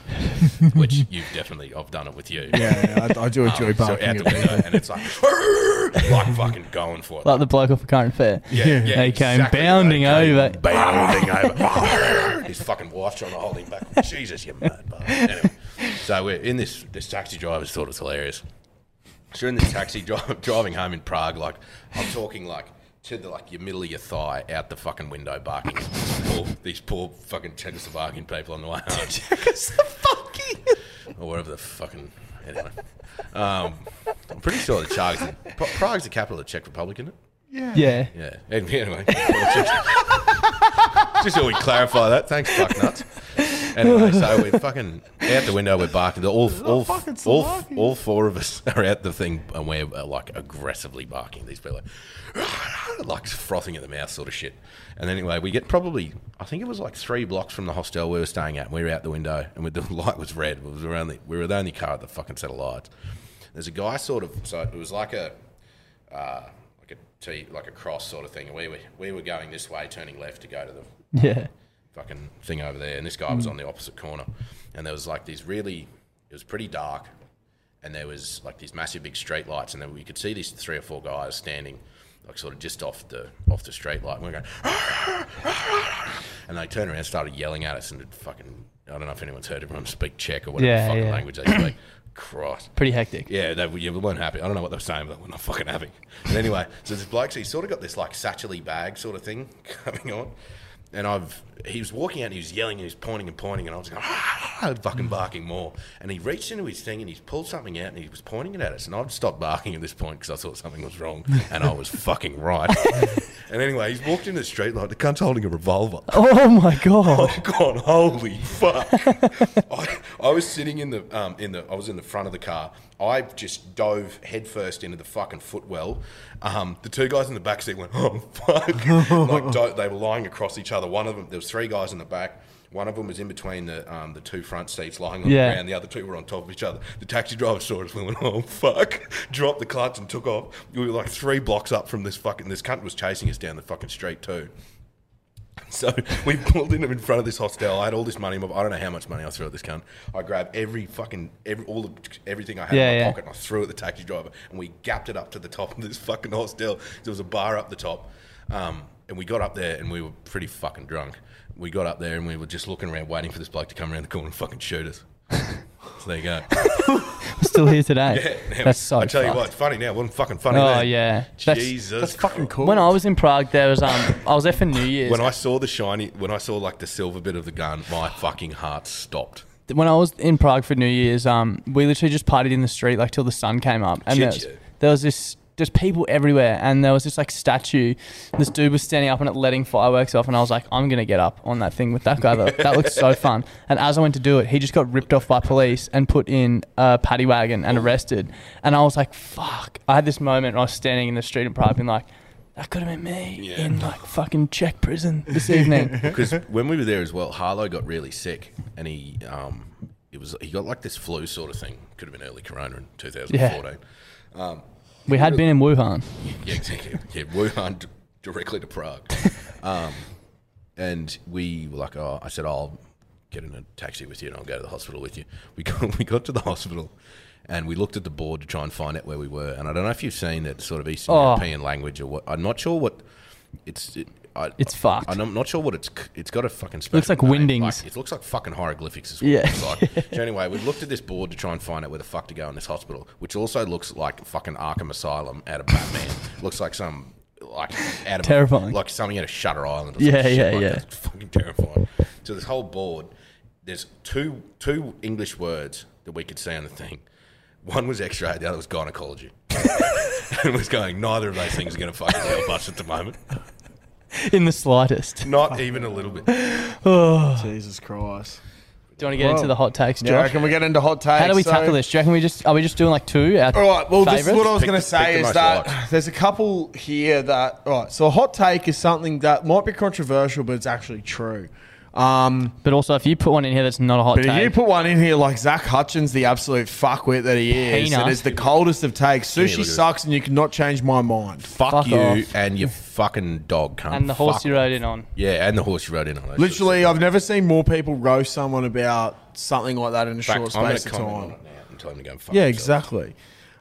which you've definitely, I've done it with you.
Yeah, I, I do enjoy
Um, so
barking
out
at
the
people.
window, and it's like, like <laughs> fucking going for it.
Like the bloke off a current fair.
yeah, yeah,
<laughs> They came
exactly.
bounding
They came
over.
bounding over. His fucking wife trying to hold him back. Jesus, you mad bastard. Anyway, so we're in this. This taxi driver's thought it's hilarious. So we're in this taxi dri <laughs> driving home in Prague. Like I'm talking like to the like your middle of your thigh out the fucking window, barking. at these poor, these poor fucking Czechoslovakian people on the way home. or whatever the fucking. Anyway, um, I'm pretty sure the Prague's Pra- Prague's the capital of the Czech Republic, isn't it?
Yeah.
Yeah. <laughs> Anyway, just so we clarify that. Thanks, fuck nuts. Anyway, so we're fucking out the window. We're barking. All all all, all, four of us <laughs> are at the thing, and we're uh, like aggressively barking. These people, like, <laughs> like frothing at the mouth, sort of shit. And anyway, we get probably I think it was like three blocks from the hostel we were staying at. And we <laughs> were out the window, and with the light was red. We were only we were the only car at the fucking set of lights. There's a guy sort of so it was like a uh, like a T like a cross sort of thing. And we were we were going this way, turning left to go to the
Yeah.
fucking thing over there, and this guy was on the opposite corner, and there was like these really, it was pretty dark, and there was like these massive big street lights, and then we could see these three or four guys standing, like sort of just off the off the street light, and we we're going, <laughs> and they turned around and started yelling at us, and it fucking, I don't know if anyone's heard everyone speak Czech or whatever
Yeah,
fucking
yeah.
language they speak. Christ.
Pretty hectic.
Yeah, they yeah, we weren't happy. I don't know what they were saying, but we're not fucking happy. And anyway, <laughs> so this bloke's he's sort of got this like satchely bag sort of thing <laughs> coming on. And I've he was walking out and he was yelling and he was pointing and pointing and I was going "Ah," fucking barking more. And he reached into his thing and he's pulled something out and he was pointing it at us. And I'd stopped barking at this point because I thought something was wrong and I was fucking right.
<laughs>
and anyway, he's walked into the street like the cunt's holding a revolver.
Oh my god.
<laughs> Oh God! Holy fuck! <laughs> I, I was sitting in the um, in the I was in the front of the car. I just dove headfirst into the fucking footwell. Um, the two guys in the back seat went, "Oh fuck!" like do- they were lying across each other. One of them, there was three guys in the back. One of them was in between the um, the two front seats, lying on
Yeah.
the ground. The other two were on top of each other. The taxi driver saw us and went, "Oh fuck!" <laughs> Dropped the clutch and took off. We were like three blocks up from this fucking. This cunt was chasing us down the fucking street too. <laughs> So we pulled in in front of this hostel. I had all this money. in my- I don't know how much money I threw at this cunt. I grabbed every fucking every all the, everything I had
Yeah,
in my
yeah.
pocket and I threw it at the taxi driver. And we gapped it up to the top of this fucking hostel. There was a bar up the top, um, and we got up there and we were pretty fucking drunk. We got up there and we were just looking around, waiting for this bloke to come around the corner and fucking shoot us. so there you go.
Still here <laughs> today.
<laughs> Yeah,
That's so
I tell you
fucked.
what, it's funny now. It wasn't fucking funny.
Oh
then.
yeah. That's-
Jesus,
That's fucking cool.
When I was in Prague, there was um, I was there for New Year's.
When I saw the shiny, when I saw like the silver bit of the gun, my fucking heart stopped.
when I was in Prague for New Year's, um, we literally just partied in the street like till the sun came up, and
Did
there was,
you?
there was this just people everywhere, and there was this like statue. This dude was standing up and it letting fireworks off, and I was like, I'm gonna get up on that thing with that guy. That, that looks so
<laughs>
fun. And as I went to do it, he just got ripped off by police and put in a paddy wagon and arrested. And I was like, fuck. I had this moment where I was standing in the street in Prague, being like. That could have been me
Yeah.
in like fucking Czech prison
<laughs>
<laughs>
this evening.
Because when we were there as well, Harlow got really sick, and he um, it was he got like this flu sort of thing. Could have been early corona in 2014. Um,
we had been in Wuhan.
Yeah, exactly. yeah, Wuhan d- directly to
<laughs>
Prague, um, and we were like, oh, I said I'll get in a taxi with you and I'll go to the hospital with you. <laughs> We got we got to the hospital. And we looked at the board to try and find out where we were. And I don't know if you've seen that sort of Eastern
Oh.
European language or what. I'm not sure what it's. It, I,
It's fucked.
I, I'm not sure what it's. c- It's got a fucking. Special
looks like
name.
windings.
Like, it looks like fucking hieroglyphics. Is what
Yeah.
It looks
<laughs>
like. so anyway, we looked at this board to try and find out where the fuck to go in this hospital, which also looks like fucking Arkham Asylum out of Batman.
<laughs>
looks like some like out of
Terrifying.
like something out of Shutter Island. Or
Yeah,
some shit
yeah,
like
yeah.
that. <laughs> It's fucking terrifying. So this whole board, there's two two English words that we could see on the thing. One was X-ray, the other was
<laughs>
gynecology. and was going, neither of those things are going to fucking help us at the
<laughs>
moment.
In the slightest. <sighs> Oh.
Not even a little bit.
Jesus Christ.
Do you want to get into the hot takes,
Yeah, I
Josh?
reckon we get into hot takes.
How do we
So-
tackle this? Do you reckon we just are we just doing like two? Our
All right. Well, this is what I was
Pick
going
the-
to say
pick the
is
most
that
liked.
there's a couple here that. All right. So a hot take is something that might be controversial, but it's actually true. Um,
But also, if you put one in here that's not a hot
but if you
take,
put one in here like Zach Hutchins, the absolute fuckwit that he is,
Peanut.
and it's the coldest of takes.
look at
Sushi
this.
sucks, and you cannot change my mind.
Fuck,
Fuck
you
off.
and your fucking dog, cunt.
and the horse
Fuck
you rode in on.
Yeah, and the horse you rode in on. That's
Literally, I've never seen more people roast someone about something like that in a
just-
short
In fact, I'm
space of
gonna comment
time.
on it now and tell him to go and fuck
Yeah,
himself.
exactly.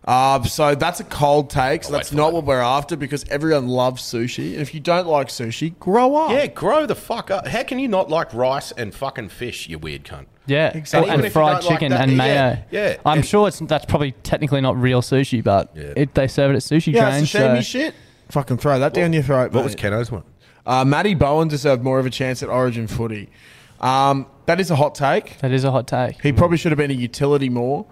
Uh, so that's a cold take. So
I'll
that's
wait for
not
that.
what we're after because everyone loves sushi. And if you don't like sushi, grow up.
Yeah, grow the fuck up. How can you not like rice and fucking fish, you weird cunt?
Yeah,
Exactly.
and,
Even
if you
fried
don't like
chicken
that-
and
yeah,
mayo.
yeah.
I'm
And-
sure it's that's probably technically not real sushi, but
Yeah.
it, they serve it at sushi
Yeah,
chains.
it's sashimi
so-
shit. Fucking throw that down your throat,
What
mate.
was Keno's one?
uh, Matty Bowen deserved more of a chance at Origin footy. Um, that is a hot take.
That is a hot take.
He probably should have been a utility more.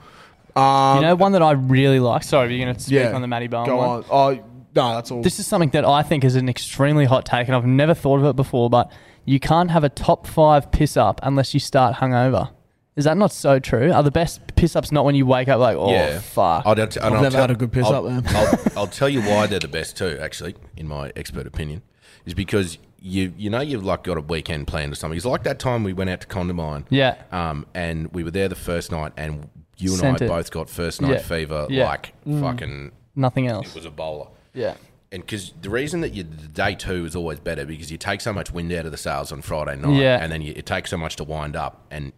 Um,
you know, one that I really like. Sorry, but you're going to speak
Yeah,
on the Matty Bowen
Go
one.
on. Oh, No, that's all.
This is something that I think is an extremely hot take, and I've never thought of it before. But you can't have a top five piss up unless you start hungover. Is that not so true? Are the best piss ups not when you wake up like, oh fuck?
I'll, t- I'll,
I've never
tell-
had a good piss
I'll-
up there. <laughs>
I'll, I'll tell you why they're the best too. Actually, in my expert opinion, is because you you know you've like got a weekend planned or something. It's like that time we went out to Condamine.
Yeah.
Um, and we were there the first night, and you and
Sent
I
it.
both got first night
Yeah.
fever.
Yeah.
Like
Mm.
fucking,
Nothing
it <laughs>
else.
was Ebola.
Yeah.
And because the reason that you, the day two is always better because you take so much wind out of the sails on Friday night,
Yeah.
and then you, it takes so much to wind up, and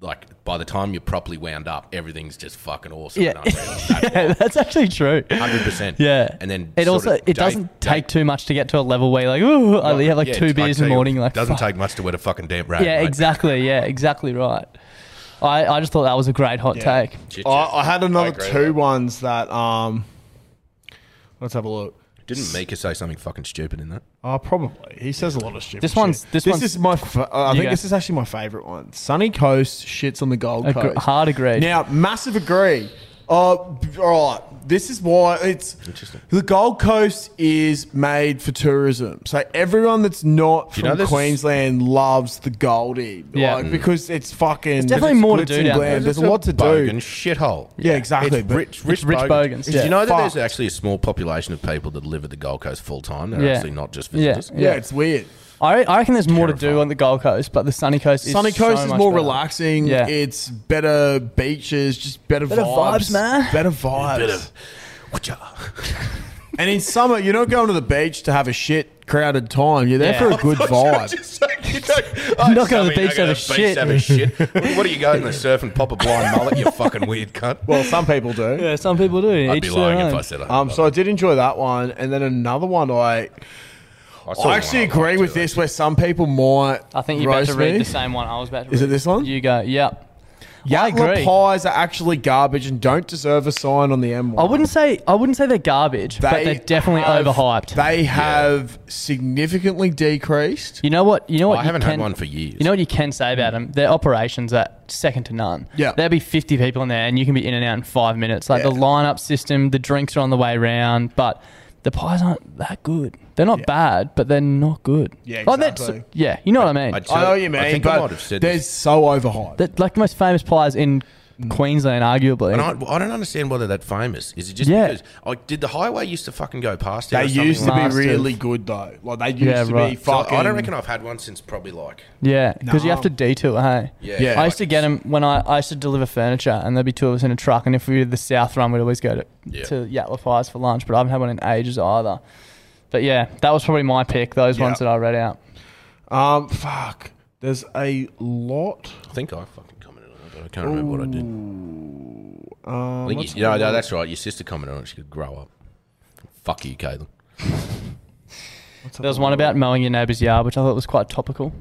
like by the time you're properly wound up, everything's just fucking awesome.
Yeah. <laughs>
and unreal. That's
yeah, that's actually true.
hundred percent.
Yeah.
and then
it
sort
also
of
it
day-
doesn't
day-
take too much to get to a level where you're like, ooh, <laughs> I you have like
Yeah,
two
it's- I
beers in
tell
the
you,
morning. Like,
doesn't
fuck.
take much to wet a fucking damp rat.
Yeah,
mate.
exactly. Yeah, exactly right. I, I just thought that was a great hot take.
Chit
I,
chat.
I had another
agree with
two
that.
ones that. um Let's have a look.
Didn't Mika say something fucking stupid in that?
Oh, probably. He says a lot of shit.
This one's- this one's-
is my. Fa- uh, I
You
think
go.
this is actually my favorite one. Sunny Coast shits on the Gold
Agre-
Coast.
hard agreed.
Now, massive agree. Uh, b- all right. This is why it's
Interesting.
the Gold Coast is made for tourism. So everyone that's not
You know
from
this Mm. is-
Queensland loves the Goldie,
Yeah.
like, because it's fucking.
definitely more to
glitz
do
and
down
glam.
there.
There's a lot to do.
Bogan shithole.
Yeah, exactly.
It's
but-
rich, rich,
rich
Bogan.
Bogans,
Do
yeah.
you know that there's
Fuck.
actually a small population of people that live at the Gold Coast full time? They're
Yeah.
actually not just
Yeah.
visitors.
yeah, it's weird.
I, I reckon there's more to do
Terrifying.
on the Gold Coast, but the sunny coast is
Sunny Coast
so
is
much
more
better.
relaxing.
Yeah.
It's better beaches, just better,
Better
vibes.
vibes, man.
<laughs>
Better vibes.
Whatcha?
And in summer, you're not going to the beach to have a shit crowded time. You're there
Yeah.
for
<laughs>
a good vibe.
Just saying, you know,
<laughs>
oh,
Not going to the
Sammy,
beach to have a
not going to the beach to have a shit. What are you going to surf and pop a
<laughs>
blind mullet? You fucking weird cunt.
Well, some people do.
Yeah, some people do.
I'd
Each
be
to their
lying if
own.
I said I.
Um, so I did enjoy that one, and then another one
saw
I
one
I actually
liked
agree
too,
with this, where some people might
I think you're about
roast
to read
me.
the same one I was about to
Is it
read.
this one?
You go, yep. I
Yatla
agree.
pies are actually garbage and don't deserve a sign on the M1.
I wouldn't say I wouldn't say they're garbage, but they're definitely
have-
overhyped.
They have significantly decreased.
you know what? You know what?
Oh, I
you
haven't had
can-
one for years.
You know what you can say about them? Their operations are second to none.
Yeah.
there'll be 50 people in there, and you can be in and out in five minutes. Like the
Yeah.
lineup system, the drinks are on the way round, but the pies aren't that good. They're not bad, but they're not good.
Yeah,
Like, that's-
exactly.
yeah, you know what I mean.
I'd
I know what you mean,
I think I
but
might have said
they're
this.
so overhyped. Mm.
That- like the most famous pies in Queensland, arguably.
And I, I don't understand why they're that famous. Is it just
Yeah.
because like, did the highway used to fucking go past there?
they
or something
used to
like
be
Masters.
really good though. Like they used
Yeah,
to be
right.
So
fucking.
I don't reckon I've had one since probably like
Yeah, because you have to detour, hey?
yeah.
Yeah.
I used to get them when I, I used to deliver furniture, and there'd be two of us in a truck. And if we were to the South Run, we'd always go to,
Yeah.
to Yatla Pies for lunch, but I haven't had one in ages either. But yeah, that was probably my pick, those ones
Yeah.
that I read out.
Um, fuck. There's a lot.
I think I fucking commented on it, but I can't remember what I did. I
Um,
think
let's
you, no, no, that's right. Your sister commented on it. She could grow up. Fuck you, Caitlin.
There was one about mowing your neighbour's yard, which I thought was quite topical.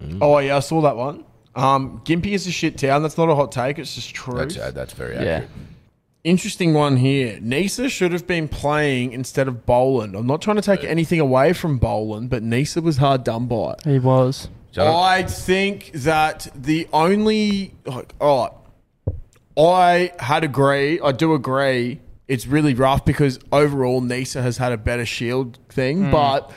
Mm.
Oh yeah, I saw that one. Um, Gimpy is a shit town. That's not a hot take. It's just true.
That's uh, that's very
Yeah.
accurate.
Interesting one here. Nisa should have been playing instead of Boland. I'm not trying to take anything away from Boland, but Nisa was hard done by.
He was.
So I don't-
I think that the only like, all right, I had agree. I do agree. It's really rough because overall Nisa has had a better shield
Hmm.
thing, but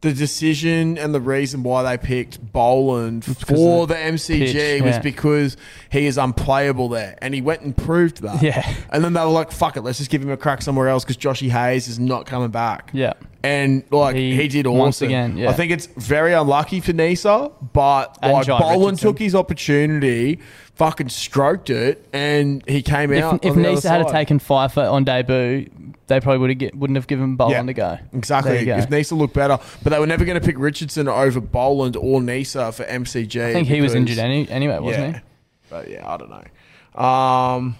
the decision and the reason why they picked Boland for the MCG
pitch,
was
yeah.
because he is unplayable there, and he went and proved that.
Yeah.
and then they were like, "Fuck it, let's just give him a crack somewhere else" because Joshy Hayes is not coming back.
Yeah.
and like he,
He-
did awesome.
once again, yeah.
I think it's very unlucky for Nisa, but
And
like
Jai
Boland
Richardson.
took his opportunity, fucking stroked it, and he came
If,
out.
if
on the other
Nisa had
side.
taken Pfeiffer on debut, they probably would have get, wouldn't have given Boland a go. There you
Exactly.
go.
If Nisa looked better, but they were never going to pick Richardson over Boland or Nisa for MCG.
I think he was
because-
injured any, anyway, wasn't
yeah. But yeah, I don't know. Um,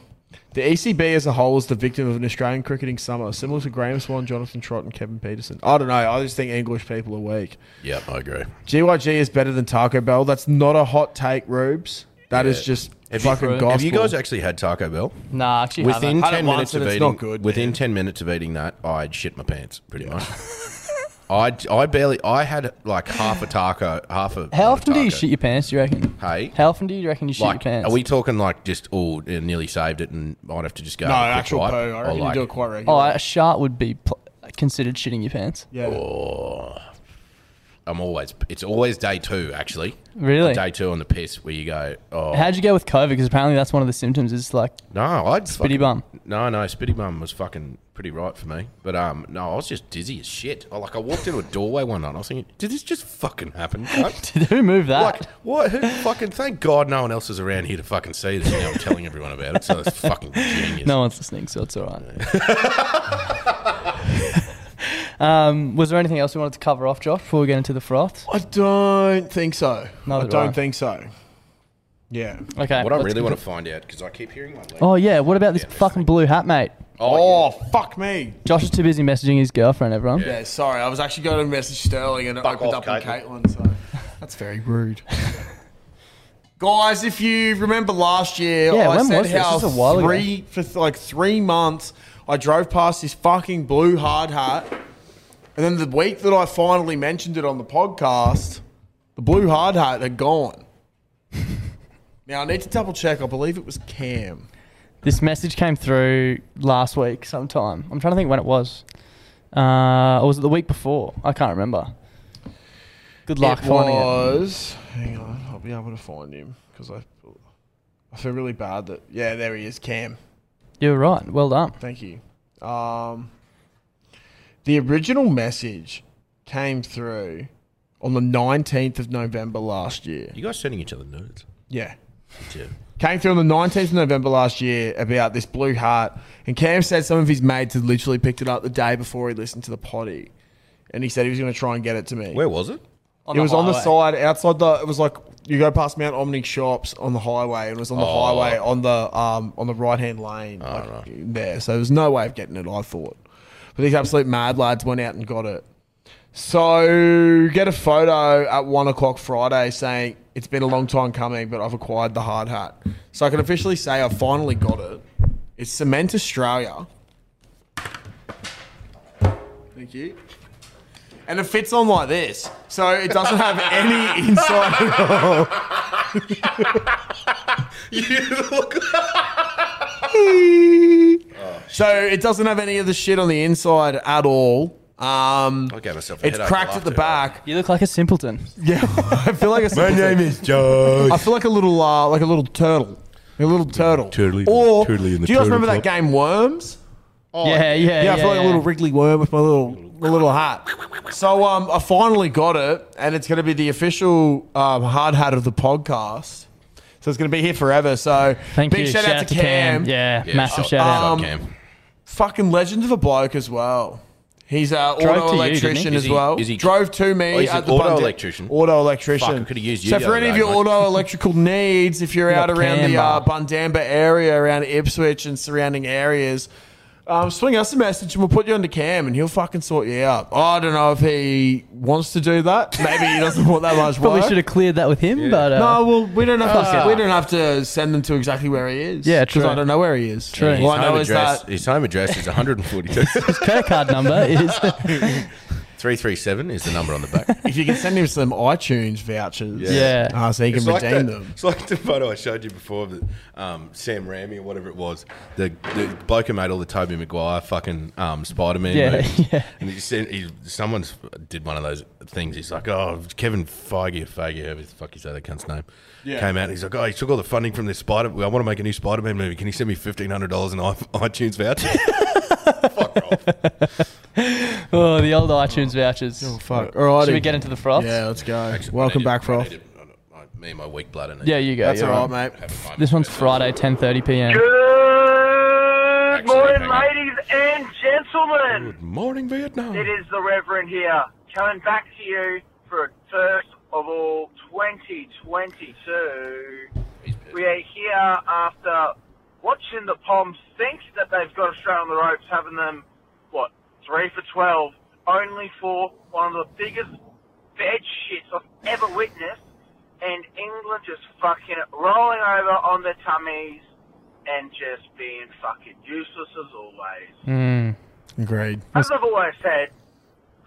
the ECB as a whole is the victim of an Australian cricketing summer, similar to Graham Swan, Jonathan Trott, and Kevin Peterson. I don't know. I just think English people are weak.
yeah, I agree.
GYG is better than Taco Bell. That's not a hot take, Rubes. That is
Yeah.
just
Have you-
fucking
Have
gospel.
Have you guys actually had Taco Bell?
he? Nah, actually,
Within
haven't.
I had it
ten
once
minutes
and
of
it's
eating,
not good,
within
man.
ten minutes of eating that, I'd shit my pants pretty
<laughs>
much. I, I barely I had like half a taco, half a.
How often do you
taco.
shit your pants? Do you reckon?
Hey?
How often do you reckon you shit
Like,
your pants?
are we talking like just oh, it nearly saved it, and might have to just go?
no
have a quick
actual
wipe?
poo? I
Or
reckon you
like-
do it quite
Oh,
regularly.
a shart would be pl- considered shitting your pants?
Yeah.
Oh, I'm always. It's always day two, actually.
Really?
Day two on the piss where you go. Oh
How'd you go with COVID? Because apparently that's one of the symptoms. Is like
no, I'd
bitty
fucking-
bum.
No, no, Spitty Bum was fucking pretty right for me. But um, no, I was just dizzy as shit. I, like I walked into a doorway one night. and I was thinking, did this just fucking
<laughs>
happen? cunt?"
Did who move that?
like what? Who fucking? Thank God, no one else is around here to fucking see this. Now I'm telling everyone about it. So it's fucking genius.
No one's listening, so it's all right. um, was there anything else we wanted to cover off, Josh, before we get into the froth?
I don't think so.
Neither
I
do I.
don't think so. Yeah.
<laughs> Okay.
What I
let's
really
get
want
to-
to find out because I keep hearing my leg.
Oh yeah, what about this
Yeah,
fucking blue hat, mate?
Oh, fuck me.
Josh is too busy messaging his girlfriend. Everyone.
Yeah. sorry. I was actually going to message Sterling and it
Fuck
opened
off,
up on Caitlin, so <laughs> that's very rude. <laughs> Guys, if you remember last year,
Yeah,
I
when
said
was this?
how
This was a while ago.
three for like three months I drove past this fucking blue hard hat, and then the week that I finally mentioned it on the podcast, the blue hard hat had
<laughs>
gone. now I need to double check. I believe it was Cam.
This message came through last week sometime. I'm trying to think when it was. Uh, or was it the week before? I can't remember. Good luck
it
finding it.
was. Hang on, I'll be able to find him because I, I feel really bad that. Yeah, there he is, Cam.
You were right. Well done.
Thank you. Um, the original message came through on the nineteenth of November last year.
You guys sending each other nudes?
Yeah.
Yeah.
Came through on the 19th of November last year about this blue heart. And Cam said some of his mates had literally picked it up the day before he listened to the potty. And he said he was going to try and get it to me.
Where was it?
it was on the side
highway.
outside the. It was like you go past Mount Omni shops on the highway, and it was on the
Oh.
highway on the um on the right hand lane like, there. So there was no way of getting it. I thought, but these absolute mad lads went out and got it. So get a photo at one o'clock Friday saying it's been a long time coming, but I've acquired the hard hat. So I can officially say I've finally got it. It's Cement Australia. Thank you. And it fits on like this. So it doesn't have
<laughs>
any inside at all.
<laughs>
so it doesn't have any of the shit on the inside at all. Um,
I gave myself. A
it's
headache
cracked at the
after.
back.
You look like a simpleton.
Yeah, I feel like a
My name is Joe.
I feel like a little, uh, like a little turtle, a little turtle.
Turtly-
or
turtly in the
do you guys
turtle
remember that
club.
game Worms?
Oh,
yeah, yeah, yeah.
yeah, I feel like a
yeah.
little wriggly worm with my little my little hat. So um, I finally got it, and it's going to be the official um, hard hat of the podcast. So it's going to be here forever. So
Thank
big
you.
shout, out to Cam,
Yeah,
Yeah,
massive
shot-
shout out.
Um,
shot Cam.
fucking legend of a bloke as well. He's an
Drove
auto
to you, didn't he?
electrician
Is
as
he-
well.
is he-
drove to me
Oh, he's
at
an
the
auto
Bundy-
electrician?
Auto electrician.
Fuck, I could've used you
So
the
for
other
any of
day,
your
mate. <laughs>
auto electrical needs, if you're out
Not
around the uh,
Canberra.
Bundamba area, around Ipswich and surrounding areas, um, swing us a message and we'll put you under Cam and he'll fucking sort you out. Oh, I don't know if he wants to do that. Maybe he doesn't want that much
<laughs> Probably
work.
should have cleared that with him, but uh,
No, well, we don't have
Fuck
to.
it.
We don't have to send them to exactly where he is.
Yeah,
'Cause
true.
I don't know where he is. All I
True.
his,
know
home
is
address,
that
his home address is 142.
his <laughs> credit card number
<laughs>
is
337 is the number on the back.
<laughs> if you can send him some iTunes vouchers,
Yeah.
uh, so he can
It's like,
redeem
that-
them.
it's like the photo I showed you before of the, um, Sam Raimi or whatever it was. The, the bloke who made all the Toby Maguire fucking um, Spider Man
Yeah,
movies.
<laughs> yeah.
And he said, he, someone's did one of those things. He's like, oh, Kevin Feige or Feige, however the fuck you say that cunt's name. Came out and he's like, oh, he took all the funding from this Spider. I want to make a new Spider Man movie. Can you send me fifteen hundred dollars in <laughs> i- iTunes voucher? Fuck off.
<laughs> oh the old iTunes vouchers.
Fuck. All right.
Should we get into the froth?
Yeah, let's go.
Actually, I
Welcome
need to-
back,
I
Froth.
need to- I- Me and my weak blood.
Yeah, you go.
That's
you're
all
right.
right, mate.
This one's Friday, 10:30 p.m.
Good
Actually,
morning,
hang on.
ladies and gentlemen.
Good morning, Vietnam.
It is the Reverend here, coming back to you for a first of all 2022. We are here after watching the Poms think that they've got Australia on the ropes, having them, what, 3 for 12, only for one of the biggest bed shits I've ever witnessed, and England just fucking rolling over on their tummies and just being fucking useless as always.
Agreed.
As I've always said,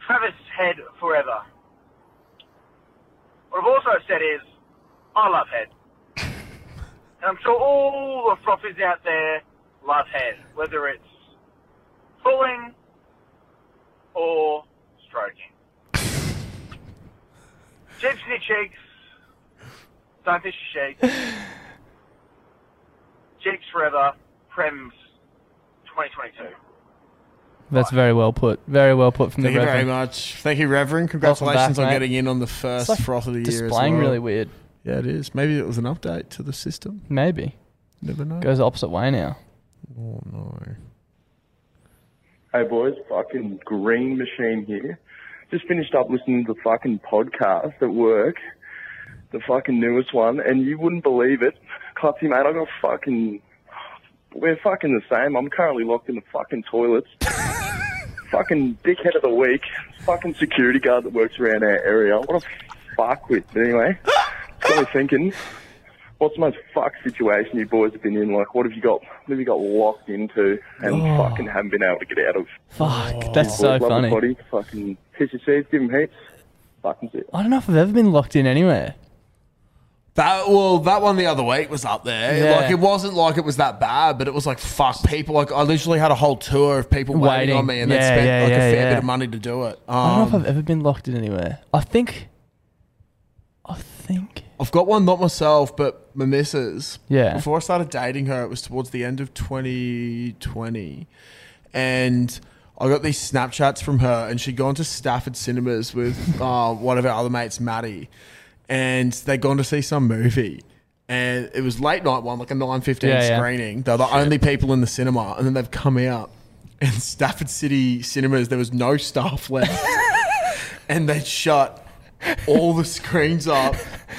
Travis Head forever. What I've also said is, I love
<laughs>
Head. and I'm sure all the frothies out there love Head, whether it's pulling, or stroking.
<laughs>
Chips in your cheeks. Don't fish your sheep.
<sighs>
Cheeks forever. Prems 2022.
That's very well put. Very well put from
Thank
the
you very
Reverend.
much. Thank you, Reverend.
Welcome back,
Congratulations on
mate.
getting in on the first
It's like
froth of the year. as
displaying
well.
really weird.
Yeah, it is. Maybe it was an update to the system.
Maybe
Never know.
goes the opposite way now.
Oh no.
Hey boys, fucking green machine here. Just finished up listening to the fucking podcast at work, the fucking newest one, and you wouldn't believe it. Clutzy mate, I got fucking. We're fucking the same. I'm currently locked in the fucking toilets. fucking dickhead of the week. Fucking security guard that works around our area. What a fuckwit. But anyway, got me thinking. What's the most fuck situation you boys have been in? Like, what have you got? What have you got locked into and fucking haven't been able to get out of?
Fuck, that's so
Boys love
funny.
The body. Fucking piss your seeds, give him heaps. Fucking shit.
I don't know if I've ever been locked in anywhere.
That well, that one the other week was up there.
Yeah.
Like it wasn't like it was that bad, but it was like fuck people. Like I literally had a whole tour of people waiting,
Waiting.
on me, and
Yeah,
they spent
yeah,
like
yeah,
a fair
yeah.
bit of money to do it.
I don't know
Um,
if I've ever been locked in anywhere. I think. I think.
I've got one, not myself, but my missus.
Yeah.
Before I started dating her, it was towards the end of 2020. And I got these Snapchats from her, and she'd gone to Stafford Cinemas
<laughs>
with uh, one of our other mates, Maddie. And they'd gone to see some movie. And it was late night one, like a 9.15
Yeah, yeah.
screening. They're the only people in the cinema. And then they've come out. And Stafford City Cinemas, there was no staff left. and they shut all the screens up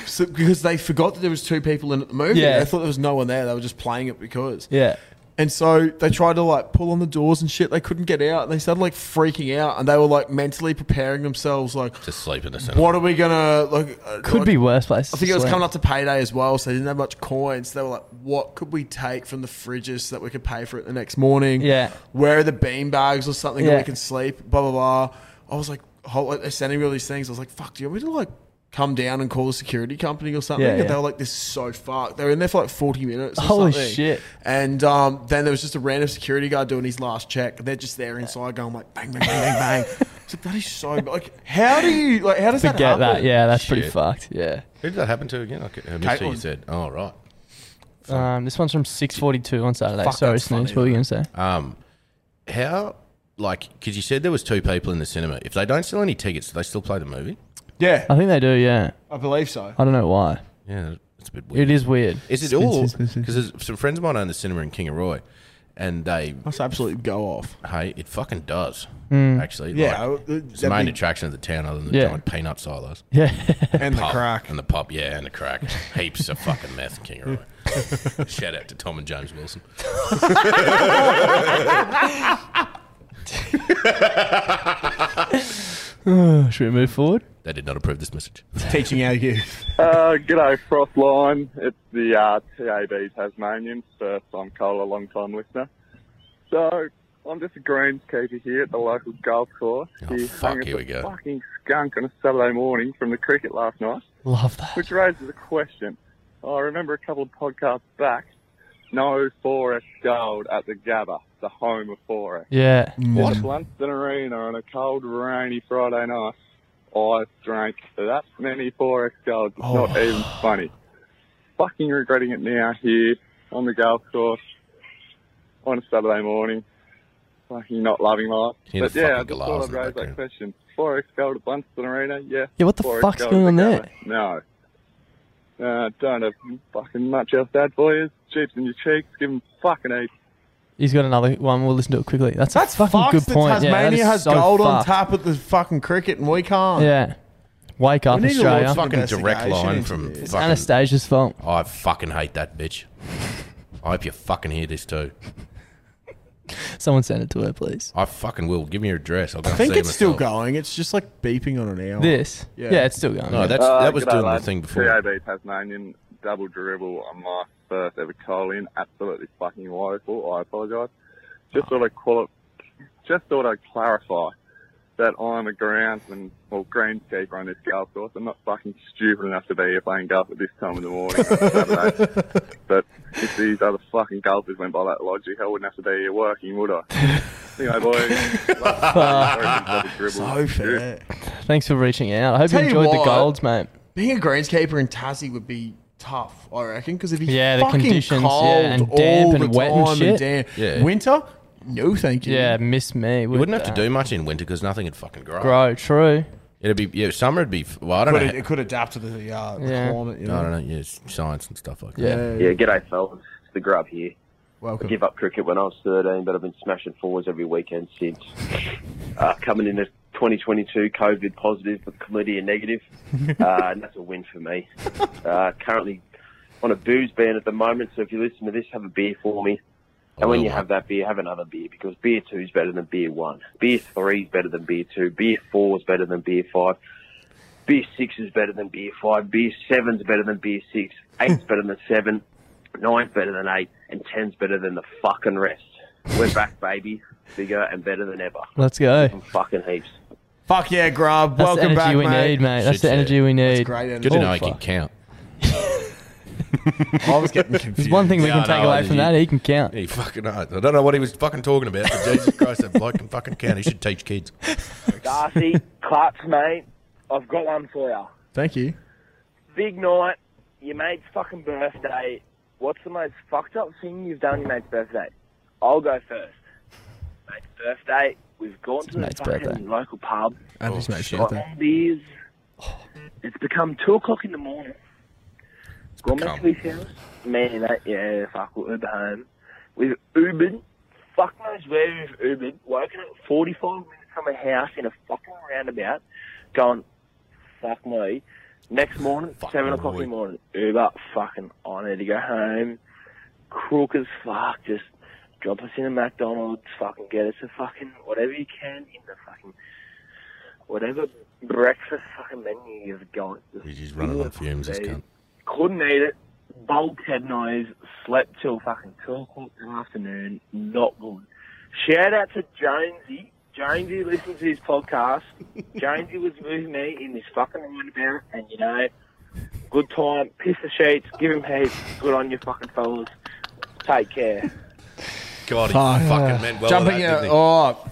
so, because they forgot that there was two people in at the movie.
Yeah.
They thought there was no one there. They were just playing it because.
Yeah.
And so they tried to like pull on the doors and shit. They couldn't get out. And they started like freaking out, and they were like mentally preparing themselves. Like,
Just sleep in the cinema.
what are we gonna like? uh,
Could
like-
be worse place.
I think it was coming up to payday as well, so they didn't have much coins. They were like, "What could we take from the fridges so that we could pay for it the next morning?
Yeah.
where are the bean bags or something that
Yeah.
we can sleep? Blah blah blah." I was like, whole, like, "They're sending me all these things." I was like, "Fuck, do you want me to like come down and call the security company or something?"
Yeah,
and
yeah.
they were like, "This is so fucked." They were in there for like forty minutes. Or
Holy
something.
shit.
And um, then there was just a random security guard doing his last check. They're just there inside going like bang bang
<laughs>
bang bang. bang. It's like that is so like how do you like how does that
Forget
happen?
that. Yeah, that's pretty
Shit.
fucked. Yeah.
Who did that happen to again? I c- I missed who you
Caitlin.
said. Oh, right.
Um, this one's from 6:42 on Saturday.
Fuck,
Sorry,
that's
Snooze.
funny,
What were you gonna say?
Um, how, like, because you said there was two people in the cinema. If they don't sell any tickets, do they still play the movie?
Yeah,
I think they do. Yeah.
I believe so.
I don't know why.
Yeah, it's a bit weird.
It is weird.
Is it all? Because some friends of mine own the cinema in Kingaroy, and they,
Must absolutely go off.
hey, it fucking does.
Mm.
Actually,
Yeah,
like,
I-
it's the main
that'd be-
attraction of the town, other than
Yeah.
the giant peanut silos.
Yeah.
And the
Pub
crack.
and the pub, yeah, and the crack. Heaps of fucking meth in Kingaroy. Shout out to Tom and James Wilson.
<laughs> Should we move forward?
They did not approve this message.
Teaching our youth.
Uh, g'day, Frothline. It's the uh, TAB Tasmanian, first time caller, long time listener. So, I'm just a greenskeeper here at the local golf course.
Oh,
He
fuck,
hung us
here
a
we go.
fucking skunk on a Saturday morning from the cricket last night,
Love that.
which raises a question. I remember a couple of podcasts back, no Forest Gold at the Gabba, the home of Forest.
Yeah. Mm.
What? Blunston Arena on a cold, rainy Friday night. I drank that many 4X Golds. It's
Oh.
not even funny. Fucking regretting it now here on the golf course on a Saturday morning. Fucking not loving life.
Hear the
but yeah, I
fucking
just
galahs in
thought I'd
the
raise that
background.
question. 4X Gold at Blunston Arena, eh? yeah.
Yeah, what the
4X
fuck's
Gold
going
at
on
the
there?
Gabba, No. Uh, don't have fucking much else to add for you. Cheeps in your cheeks, give 'em fucking eight.
He's got another one. We'll listen to it quickly. That's,
That's
a fucking
fucked
good
that
point. yeah, that
Tasmania
is
has
so
gold on
fucked.
tap at the fucking cricket, and we can't.
Yeah. Wake up,
need to launch
Australia.
some-
fucking direct
investigation
line
into
from
this.
It's
fucking.
Anastasia's fault.
I fucking hate that bitch. I hope you fucking hear this too.
Someone send it to her, please.
I fucking will. Give me your address. I'll go
I think
see
it's still
myself.
going. It's just like beeping on an hour.
This. Yeah,
Yeah.
it's still going.
No,
yeah.
that's,
Uh,
that was
g'day,
doing the
lads.
thing before.
TAB Tasmanian double dribble on my first ever call in. Absolutely fucking woeful. I apologise. Just thought I'd call it. Just thought I'd clarify that I'm a groundsman or greenskeeper on this golf course. I'm not fucking stupid enough to be here playing golf at this time of the morning. on Saturday.
<laughs> <laughs>
but if these other fucking golfers went by that logic, I wouldn't have to be here working, would I? Anyway,
<laughs>
boys. Love you.
So fair.
Thanks for reaching out. I hope
Tell
you
you
enjoyed the
what. <laughs>
golds, mate.
Being a greenskeeper in Tassie would be tough, I reckon, because it'd be
Yeah, the
fucking
conditions, yeah,
cold
and
all
damp
the
and wet and
time
shit.
damp.
Yeah.
Winter? No, thank you.
Yeah, miss me.
You wouldn't have to do much in winter because nothing would fucking grow.
Grow, true.
It'd be yeah. Summer would be f- well. I don't
But
know.
it, it could adapt to the, uh, the
Yeah.
climate. You
how-
know?
I don't know. Yeah, it's science and stuff like that.
Yeah.
Yeah, g'day fellas. It's the grub here.
Welcome.
Give up cricket when I was 13, but I've been smashing fours every weekend since. Uh, coming into 2022, COVID positive, but chlamydia negative, uh, and that's a win for me. Uh, currently on a booze ban at the moment, so if you listen to this, have a beer for me. And
Oh,
when you have that beer, have another beer because beer two is better than beer one. Beer three is better than beer two. Beer four is better than beer five. Beer six is better than beer five. Beer seven's better than beer six. Eight's better than seven. Nine's better than eight. And ten's better than the fucking rest. We're back, baby. Bigger and better than ever.
Let's go.
Fucking heaps.
Fuck yeah, Grub.
That's
Welcome
the energy
back,
we
mate.
need, mate. That's
Shit,
the
yeah.
energy we need.
Great energy.
Good to
Oh,
know I can <laughs>
fuck.
count.
I was getting confused.
There's one thing we
Yeah,
can
I
take
know,
away
I
from
did.
that. He can count.
He fucking knows. I don't know what he was fucking talking about, but
<laughs>
Jesus Christ, that bloke can fucking count. He should teach kids.
<laughs>
Darcy, Clark's mate, I've got one for you.
Thank you.
Big night, your mate's fucking birthday. What's the most fucked up thing you've done on your mate's birthday? I'll go first. Mate's birthday, we've gone to the
mate's
fucking
birthday.
local pub,
And his mate's
shit.
got
birthday. Oh.
on beers. It's become 2 o'clock in the morning. Gone back to
become.
his house. Me and that, yeah, fuck, we'll Uber home. We've Ubered. Fuck knows where we've Ubered. Woken up 45 minutes from a house in a fucking roundabout, going, fuck me. Next morning,
Fuck
seven
me.
o'clock in the morning, Uber, fucking, I need to go home. Crook as fuck, just drop us in a McDonald's, fucking get us a fucking whatever you can in the fucking whatever breakfast fucking menu you've got. Just
He's just running on fumes, this cunt.
couldn't eat it. Bulked head noise. Slept till fucking two o'clock in the afternoon. Not good. Shout out to Jonesy. Jonesy listens to
<laughs>
his podcast. Jonesy was with me in this fucking roundabout, and you know, good time. Piss the sheets. Give him heaps. Good on you, fucking fellas. Take care.
God, he
Fuck.
fucking meant well.
Oh, jumping
with
in
that,
a,
didn't he?
oh,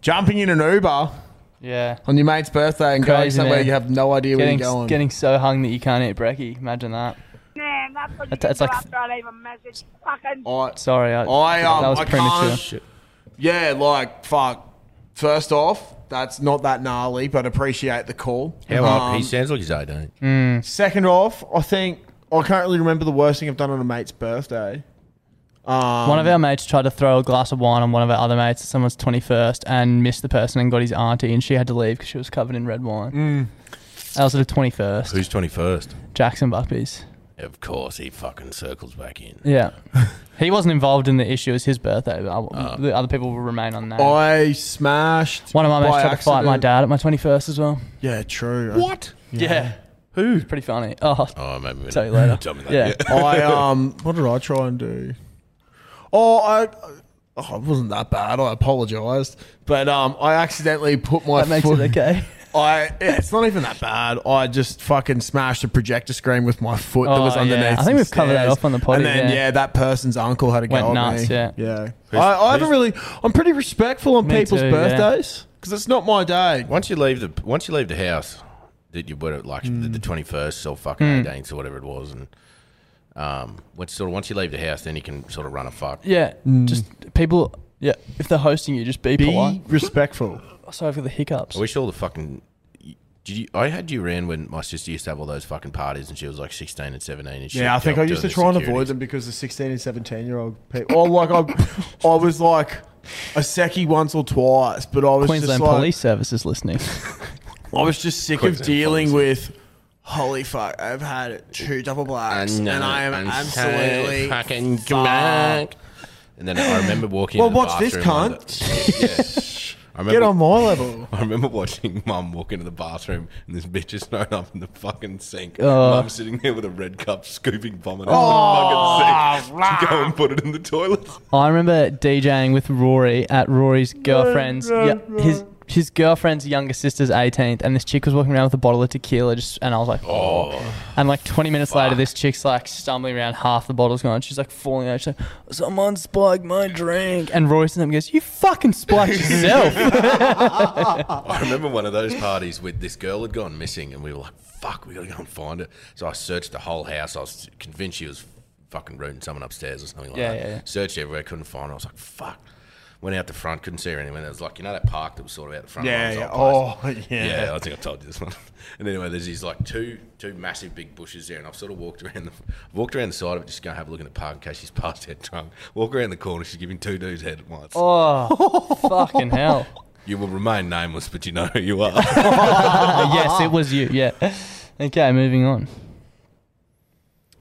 jumping in an Uber
Yeah.
on your mate's birthday and going
Crazy,
somewhere
man.
you have no idea
Getting,
where you're going.
getting so hung that you can't eat brekkie. Imagine that.
Damn, that's what you
That's- that's
that's, do
like-
after I leave a message. Fucking
I,
Sorry. I,
I, um,
that was
I
premature.
can't. Yeah, like fuck. First off, that's not that gnarly, but appreciate the call.
How old?
Um,
He sounds like he's 18.
Hmm.
Second off, I think I can't really remember the worst thing I've done on a mate's birthday. Um,
One of our mates tried to throw a glass of wine on one of our other mates at someone's 21st and missed the person and got his auntie, and she had to leave because she was covered in red wine.
Mm.
That was at the 21st.
Who's 21st?
Jackson Buckley's.
Of course, he fucking circles back in.
<laughs>
Yeah. he wasn't involved in the issue. It was his birthday. But I,
Ah.
the other people will remain on that.
I smashed.
One of my mates
by
tried to fight my
accident-
dad at my 21st as well.
Yeah, true.
What?
Yeah. Who? Pretty funny. Oh,
Oh, maybe.
Tell you later.
<laughs> Tell me
yeah.
later.
<laughs> I um, what did I try and do? Oh, I. Oh, it wasn't that bad. I apologised, but um, I accidentally put my
That makes
foot.
it <laughs> okay.
I yeah, it's not even that bad. I just fucking smashed a projector screen with my foot that
Oh,
was
yeah.
underneath.
I think
some
we've covered that
stairs.
off on the pod,
And then
yeah.
yeah. that person's uncle had a go
Went
at
nuts,
me.
yeah.
yeah. I, I haven't really. I'm pretty respectful on
Me
people's
too, yeah.
birthdays because it's not my day.
Once you leave the once you leave the house, that you were like the-
Mm.
the twenty first or fucking eighteenth or whatever it was, and um, when sort of once you leave the house, then you can sort of run a fuck.
Yeah.
Mm.
Just people. Yeah. If they're hosting you, just be, polite.
Be respectful.
Sorry for the hiccups.
I wish all the fucking. Did you, I had you around when my sister used to have all those fucking parties, and she was like sixteen and seventeen, and she
Yeah, I
was
think I
doing
used to
the
try and
security.
avoid them because the 16 and 17 year old people. Or like I, I was like a secchi once or twice, but I was
Queensland
just like,
Police Service is listening. <laughs>
I was just sick of
Queensland
dealing
police.
with. Holy fuck! I've had two double blacks,
And,
and,
uh,
I am
and
absolutely
so fucking
fucked.
drunk. And then I
<laughs>
remember walking.
Well,
into the
what's this
bathroom one day- <laughs> Yeah. I remember,
Get on my level.
<laughs> I remember watching Mum walk into the bathroom and this bitch is thrown up in the fucking sink.
Oh.
Mum sitting there with a red cup scooping vomit
Oh,
out of the fucking sink. Go and put it in the toilet.
I remember DJing with Rory at Rory's girlfriend's yeah, his his girlfriend's younger sister's 18th, and this chick was walking around with a bottle of tequila, just and I was like, oh. And like 20 minutes later, this chick's like stumbling around, half the bottle's gone. She's like falling out. She's like, someone spiked my drink. And Royce and him goes, you fucking spiked
<laughs>
<laughs>
yourself. <laughs>
I remember one of those parties where this girl had gone missing, and we were like, "Fuck, we gotta go and find her." So I searched the whole house. I was convinced she was fucking rooting someone upstairs or something like
Yeah,
that.
yeah, yeah.
Searched everywhere, couldn't find her. I was like, "Fuck." Went out the front, couldn't see her anywhere. There was like you know that park that was sort of out the front.
Yeah,
of
yeah.
Lions' old place?
Oh, <laughs> yeah.
yeah. I think I told you this one. <laughs> And anyway, there's these like two two massive big bushes there, and I've sort of walked around the walked around the side of it just to go have a look in the park in case she's <laughs> past head drunk. Walk around the corner, she's giving two dudes head at once.
oh, <laughs> fucking hell.
You will remain nameless, but you know who you are.
<laughs> yes, it was you. Yeah. Okay, moving on.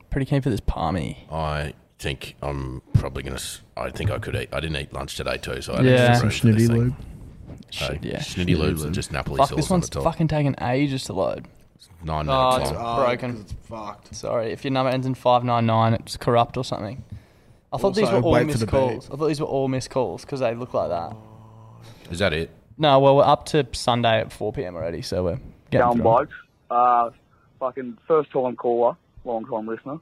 Pretty keen for this palmy.
I think I'm probably gonna. s- I think I could eat. I didn't eat lunch today too, so I had
Yeah.
extra
Some
room for this
Schnitty
thing.
lube.
So,
yeah.
Schnitty loops and just Napoli
Fuck,
sauce
this
on
one's
the top.
fucking taking ages to load.
Nine
Oh,
minutes
it's-
long.
oh. Broken. 'cause
It's fucked.
Sorry, if your number ends in 599, it's corrupt or something. I thought these
Also,
were all
wait for
missed
the
calls. I thought these were all missed calls because they look like that.
Is that it?
No, well, we're up to Sunday at 4 p.m. already, so we're getting
Down
through.
blokes. Uh, fucking first time caller, long time listener.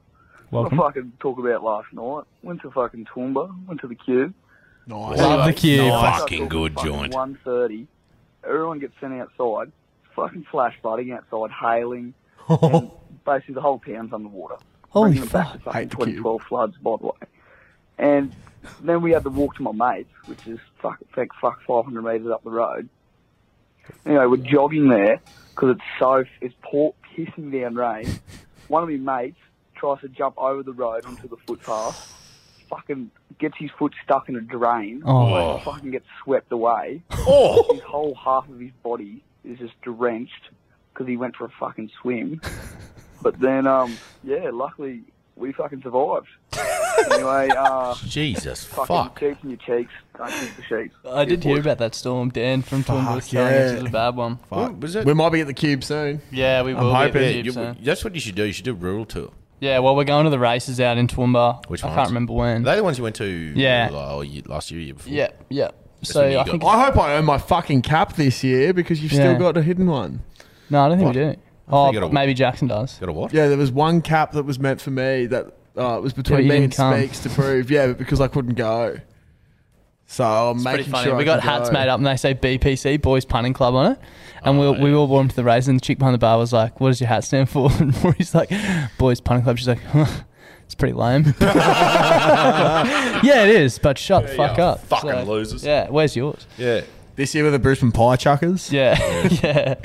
What the
Welcome.
fucking talk about last night? Went to fucking Toowoomba, went to the cube.
Nice.
Love the cube.
Fucking good joint.
One thirty. Everyone gets sent outside. Fucking flash flooding outside,
<laughs>
hailing. and basically, the whole town's underwater.
Holy
Bringing it back
fuck.
to fucking 2012 floods, by the way. And then we had to walk to my mate's, which is fuck, fuck, fuck 500 metres up the road. Anyway, we're jogging there because it's so it's pour, pissing down rain. One of my mates tries to jump over the road onto the footpath. Fucking gets his foot stuck in a drain.
Oh.
Fucking gets swept away.
Oh,
His whole half of his body is just drenched because he went for a fucking swim. But then, um, yeah, luckily we fucking survived. anyway, uh,
Jesus
fucking
fuck!
cheeks in your cheeks, don't kiss the sheets.
I did hear about that storm, Dan from Toowoomba was telling us
yeah.
it was a bad one.
What was it?
We might be at the cube soon.
Yeah, we will.
will be at the
Yeah,
hoping
you- that's what you should do. You should do a rural tour.
yeah, well, we're going to the races out in Toowoomba.
Which
I
ones?
can't remember when.
Are they the ones you went to?
Yeah.
uh, ye- last year, year before.
yeah, yeah. So
when you
I
got-
think.
I hope I earn my fucking cap this year because you've
Yeah.
still got a hidden one.
No, I don't think we do. Oh,
you gotta-
maybe Jackson does.
Got a what?
Yeah, there was one cap that was meant for me that uh, was between
you
me
didn't
and
come.
Speaks to prove. Yeah, but because I couldn't go. So I'm
Pretty
making
funny.
sure
we
I
got
can
hats
go.
made up and they say BPC, Boys Punning Club, on it. And we,
Oh,
we all wore them to the race. And the chick behind the bar was like, What does your hat stand for? <laughs> And Rory's like, Boys Punning Club. She's like, huh, It's
<laughs>
pretty lame. <laughs> yeah, it is, but shut the fuck
you
up.
fucking losers.
Yeah, where's yours?
Yeah.
This year with the Brisbane Pie Chuckers.
Yeah. <laughs> yeah.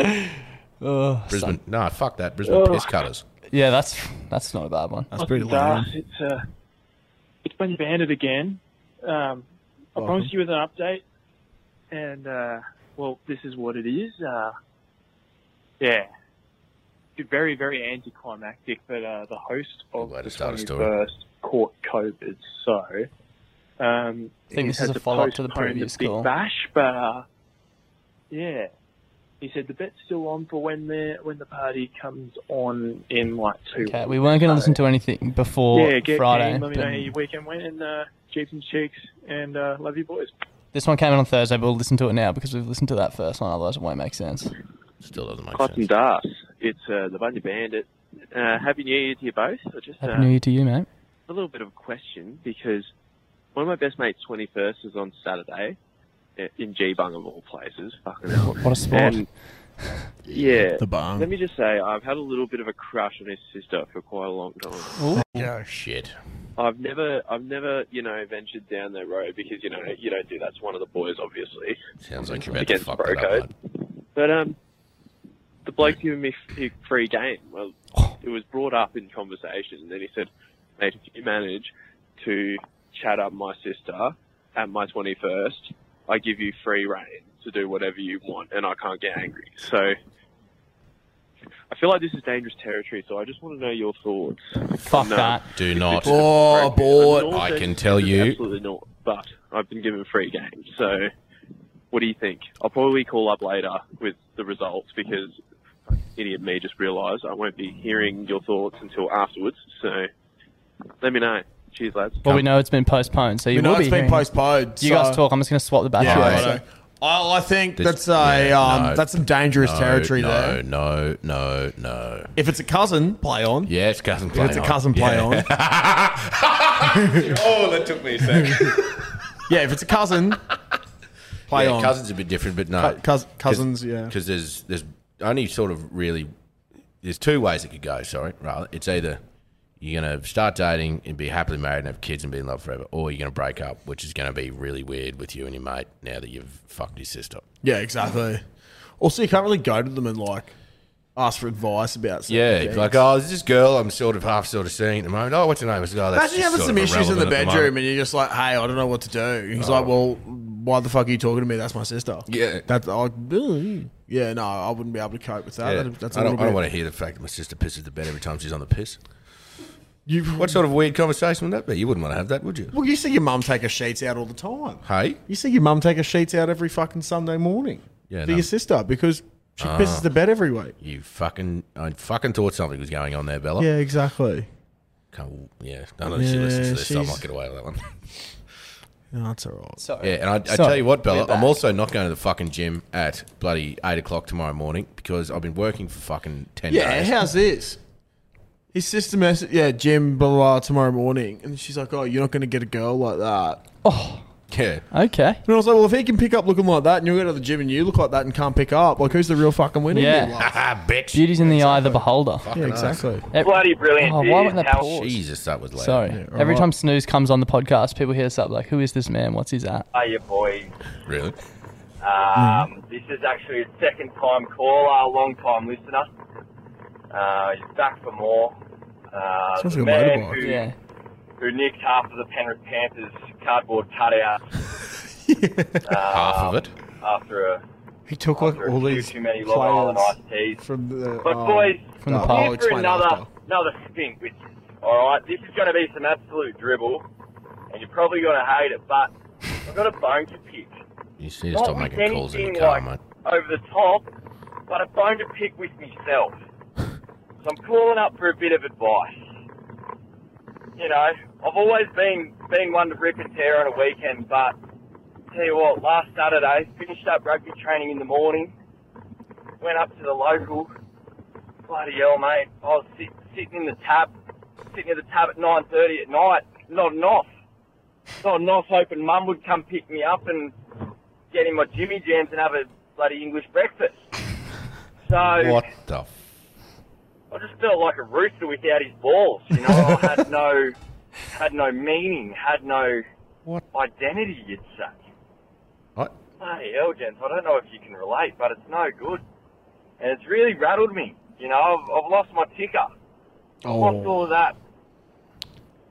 Oh,
Ugh,
Brisbane. No, fuck that. Brisbane piss cutters.
yeah, that's that's not a bad one.
That's pretty
Duh,
lame.
it's uh, it's been banded again. Um, I promise you with an update, and uh, well, this is what it is. Uh, yeah, It's very very anticlimactic. But uh, the host of
Way to
the
start a story.
21st caught COVID, so um,
I think
he's
this is
had
a follow-up to the
postpone
previous
big
call.
bash, but uh, yeah. He said the bet's still on for when the when the party comes on in like two
Okay, we weren't going to listen to anything before
yeah, get
Friday.
game. Let me know
but
how your weekend went, and uh, Jeeps and Cheeks, and uh, love
<laughs>
you boys.
This one came in on Thursday, but we'll listen to it now because we've listened to that first one. Otherwise, it won't make sense.
Still doesn't make
Cotton
sense.
Dars. It's uh, the Bundy Bandit. Uh, Happy New Year to you both. I just
Happy
uh,
New Year to you, mate.
a little bit of a question because one of my best mates' twenty first is on Saturday i- in G Bung of all places. Fucking hell.
What a
<laughs>
sport.
And, yeah.
The barn.
Let me just say, I've had a little bit of a crush on his sister for quite a long time.
Yeah, shit.
I've never, I've never, you know, ventured down that road because you know you don't do that to one of the boys, obviously.
Sounds like you're about to
Against
fuck that up.
Broco.
mate.
But um, the bloke giving me f- free game. Well,
Oh.
it was brought up in conversation, and then he said, "Mate, if you manage to chat up my sister at my twenty-first, I give you free reign to do whatever you want, and I can't get angry." So, I feel like this is dangerous territory. So, I just want to know your thoughts.
Fuck
no.
that.
Do not.
Oh,
I'm
boy.
not
I
saying
can tell
this is
you-
Absolutely not. But I've been given free game, so what do you think? I'll probably call up later with the results because idiot me just realised I won't be hearing your thoughts until afterwards. So let me know. Cheers, lads.
Well, we know it's been postponed, so you
We
will
know
be
it's been
hearing-
postponed.
You
so-
guys talk. I'm just going to swap the battery.
Yeah,
over.
so
I, I think
There's-
that's a
yeah,
um,
no,
that's some dangerous
no,
territory
no,
there.
No, no, no.
If it's a cousin, play on.
Yeah, it's cousin
If
play
it's a
on.
cousin play
Yeah.
on.
<laughs> oh, that took me a second.
<laughs> yeah, if it's a cousin, play
yeah,
on.
Cousins a bit different, but no.
Cou- cous- cousins, yeah.
Because there's there's only sort of really there's two ways it could go. Sorry, rather it's either you're gonna start dating and be happily married and have kids and be in love forever, or you're gonna break up, which is gonna be really weird with you and your mate now that you've fucked his sister.
Yeah, exactly. Also, you can't really go to them and like ask for advice about. certain
Yeah,
things.
like oh, there's this girl I'm sort of half sort of seeing at the moment. Oh, what's her name? It's like, oh, that's
Imagine
just
having
sort
some
of
issues in the
irrelevant at moment. Oh.
bedroom and you're just like, hey, I don't know what to do. He's like, well, why the fuck are you talking to me? That's my sister.
Yeah.
That's like, "Ugh." yeah, no, I wouldn't be able to cope with that.
Yeah.
That- That's a
I, don't,
little
I don't
bit-
want to hear the fact that my sister pisses the bed every time she's on the piss. what sort of weird conversation would that be? You wouldn't want to have that, would you?
Well, you see your mum take her sheets out all the time.
Hey?
You see your mum take her sheets out every fucking Sunday morning
Yeah,
for
no.
your sister because she
Ah.
pisses the bed every week.
You fucking, I fucking thought something was going on there, Bella.
Yeah, exactly.
Can't- yeah. I don't know if she
Yeah,
listens to this, so I
she's-
might get away with that one. <laughs>
No, that's all right.
Sorry.
Yeah, and I, I tell you what, Bella, I'm also not going to the fucking gym at bloody eight o'clock tomorrow morning because I've been working for fucking ten
Yeah,
days.
how's this? His sister message, yeah, Jim, blah, blah, blah, tomorrow morning. And she's like, oh, you're not going to get a girl like that.
Oh.
Yeah.
Okay.
And I was like, well, if he can pick up looking like that and you go to the gym and you look like that and can't pick up, like, who's the real fucking winner?
Yeah.
"Ah,
Bitch.
Beauty's in the eye of the beholder.
Yeah, exactly.
Bloody brilliant, Oh, why dude. wouldn't that How- pause?
Jesus, that was loud.
Sorry. Every time Snooze comes on the podcast, people hear us up like, who is this man? What's his at?
Hiya, boys.
Really?
Um, This is actually a second time caller, long time listener. Uh, he's back for more. Uh,
Sounds like
the
a
man
motorbike.
who,
Yeah.
who nicked half of the Penrith Panthers cardboard cutout
<laughs>
<laughs>
Half of it.
after
uh,
a
He took like all these
too many Long Island
players
iced teas.
from the.
But
um,
boys,
no,
I'm
I'll
here for
explain
another
after.
another stink. Which, all right, this is going to be some absolute dribble, and you're probably going to hate it. But I've got a bone to pick.
You see, just stop
Not with
making calls in the
anything
car, mate.
like over the top, but a bone to pick with myself. So I'm calling up for a bit of advice. You know, I've always been been one to rip and tear on a weekend, but tell you what, last Saturday finished up rugby training in the morning, went up to the local. Bloody hell, mate! I was sit, sitting in the tab, sitting at the tab at 9:30 at night, nodding off, nodding off, hoping Mum would come pick me up and get in my Jimmy Jams and have a bloody English breakfast. So
What the? F-
I just felt like a rooster without his balls. You know, I had no, had no meaning, had no identity. You'd say.
What?
Bloody hell, gents. I don't know if you can relate, but it's no good, and it's really rattled me. You know, I've, I've lost my ticker.
Oh.
I've lost all of that.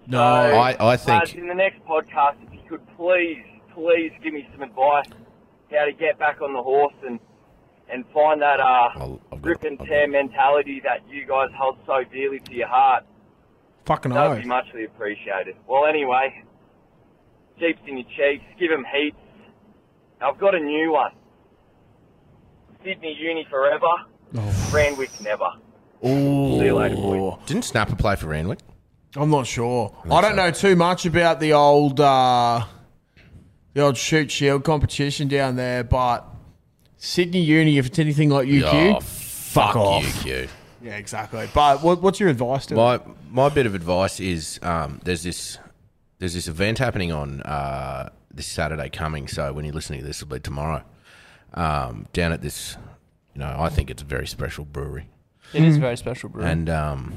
No,
So,
Mm. I, I think
lads, in the next podcast, if you could please, please give me some advice how to get back on the horse and and find that uh, rip and tear mentality that you guys hold so dearly to your heart.
Fucking
That would
oath.
be muchly appreciated. Well, anyway, cheeks in your cheeks, give 'em heaps. I've got a new one. Sydney Uni forever,
Oh.
Randwick never.
Ooh. Didn't Snapper play for Randwick?
I'm not sure. I don't know too much about the old uh, the old shoot shield competition down there, but Sydney Uni, if it's anything like UQ,
Oh,
fuck off.
UQ.
Yeah, exactly. But what, what's your advice to
My my bit of advice is um, there's this there's this event happening on uh, this Saturday coming. So when you're listening to this, it'll be tomorrow. Um, down at this, you know, I think it's a very special brewery.
It
Hmm.
Hmm.
is a very special brew.
And um,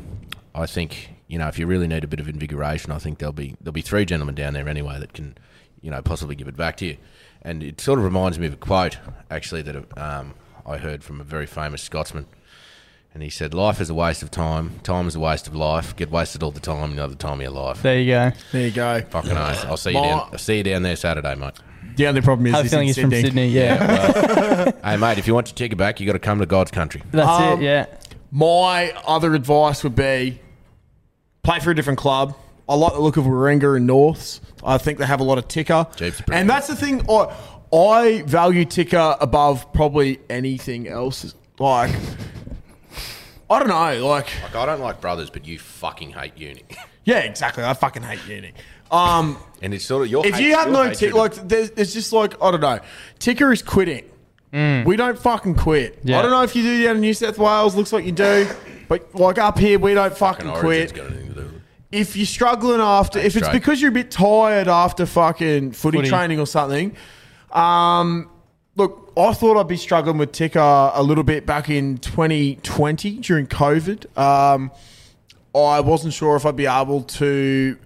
I think you know if you really need a bit of invigoration, I think there'll be there'll be three gentlemen down there anyway that can you know possibly give it back to you. And it sort of reminds me of a quote actually that um, I heard from a very famous Scotsman. And he said, "Life is a waste of time. Time is a waste of life. Get wasted all the time. You know the time of your life."
There you go.
There you go.
Fucking nice. I'll see you
My-
down. I'll see you down there Saturday, mate.
The only problem is
I have a
he's
feeling
in
he's from Sydney, yeah.
well,
<laughs>
hey, mate, if you want your ticket back, you got to come to God's country.
Um, My other advice would be play for a different club. I like the look of Warringah and Norths. I think they have a lot of ticker. and that's the thing. I, I value ticker above probably anything else. Like, I don't know. Like,
Like I don't like brothers, but you fucking hate uni.
yeah, exactly. I fucking hate uni. Um,
and it's sort of your.
if
hate-
you have
your
no
hatred
tick,
of-
like there's, there's just like I don't know, ticker is quitting. We don't fucking quit.
Yeah.
I don't know if you do down in New South Wales. Looks like you do, but like up here, we don't fucking
Origin's
quit.
got anything to do with it.
If you're struggling after, if it's
joke.
because you're a bit tired after fucking footy,
Footy.
training or something, um, look, I thought I'd be struggling with ticker a little bit back in 2020 during COVID. Um, I wasn't sure if I'd be able to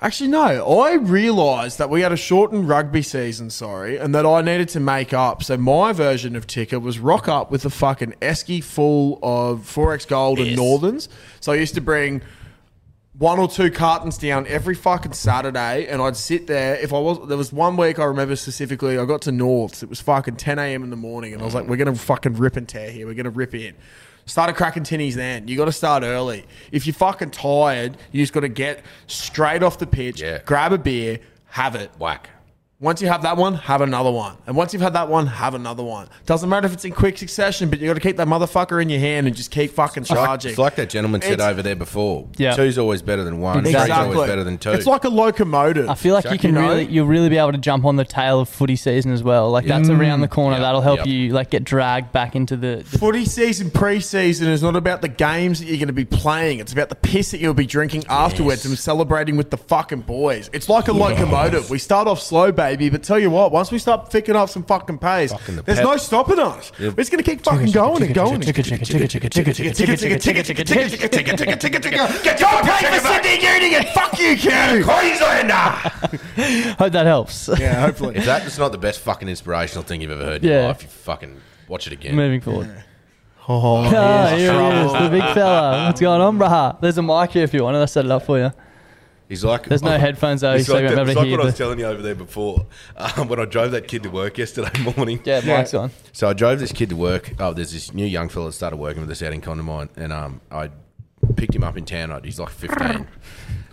Actually, no. I realised that we had a shortened rugby season, sorry, and that I needed to make up. So my version of ticker was rock up with a fucking esky full of forex gold and northerns. So I used to bring one or two cartons down every fucking Saturday, and I'd sit there. If I was, there was one week I remember specifically. I got to Norths. It was fucking ten a.m. in the morning, and I was like, "We're gonna fucking rip and tear here. We're gonna rip in." Started cracking tinnies then. You got to start early. If you're fucking tired, you just got to get straight off the pitch, grab a beer, have it.
Whack.
Once you have that one, have another one. And once you've had that one, have another one. Doesn't matter if it's in quick succession, but you got to keep that motherfucker in your hand and just keep fucking
It's like-
charging.
It's like that gentleman said
It's-
over there before.
Yeah.
Two's always better than one. Three's
Exactly.
always better than two. <laughs>
It's like a locomotive.
I feel like you
Exactly.
can
You know?
really you'll really be able to jump on the tail of footy season as well. Like
Yeah.
that's
Mm.
around the corner.
Yep.
That'll help
Yep.
you like get dragged back into the.
Footy season, pre-season is not about the games that you're going to be playing. It's about the piss that you'll be drinking afterwards and celebrating with the fucking boys. It's like a
Yes.
locomotive. We start off slow, baby, but tell you what, once we start picking up some fucking pace,
the
there's
pep-
no stopping us.
Yeah.
We're just going to keep fucking going and going.
Ticker, ticker, ticker, ticker, ticker, ticker, ticker, ticker, ticker, ticker, ticker, ticker, ticker, ticker, ticker, ticker. Get your play for Sydney Union. Fuck you, Q. Queenslander.
<laughs> Hope that helps. <laughs>
Yeah, hopefully.
if that's not the best fucking inspirational thing you've ever heard in
Yeah.
your life, you fucking watch it again.
Moving
<laughs>
forward.
Oh,
Ah,
here's
here he is,
trouble.
the big fella. What's going on, brah? There's a mic here if you want it. I set it up for you.
He's like, <laughs>
There's no headphones though,
It's
so
like,
you won't
that-
be able
it's
to
like
hear
what I was
the-
telling you over there before um, <laughs> when I drove that kid to work yesterday <laughs> morning.
Yeah, mic's on.
So I drove this kid to work. Oh, there's this new young fella that started working with us out in Condamine, and um, I picked him up in town. I- He's like 15,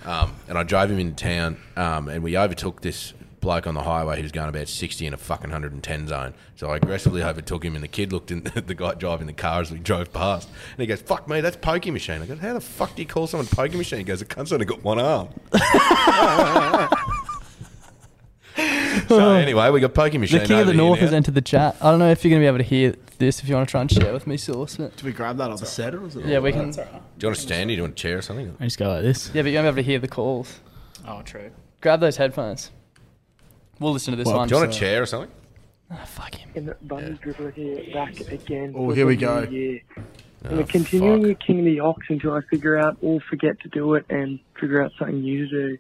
um, and I drove him into town, um, and we overtook this bloke on the highway who was going about 60 in a fucking 110 zone. So I aggressively overtook him, and the kid looked in <laughs> the guy driving the car as we drove past, and he goes, "Fuck me, that's pokey machine." I go, "How the fuck do you call someone pokey machine?" He goes, "A cunt's only got one arm." <laughs> So anyway, we got pokey machine.
The king of
over
the
here
north
now.
has entered the chat. I don't know if you're going to be able to hear this. If you want to try and share with me, source. Do
we grab that on the set or is
Yeah, we can.
Do you want to stand? Do you want a chair or something?
I just go like this. Yeah, but you won't be able to hear the calls.
Oh, true.
Grab those headphones. We'll listen to this one.
Do you want a chair or something?
And the bunny dribbler here back again.
Oh,
for
here
the
we
new
go. Ah,
year. and we're continuing with King of the Ox until I figure out or forget to do it and figure out something new to do.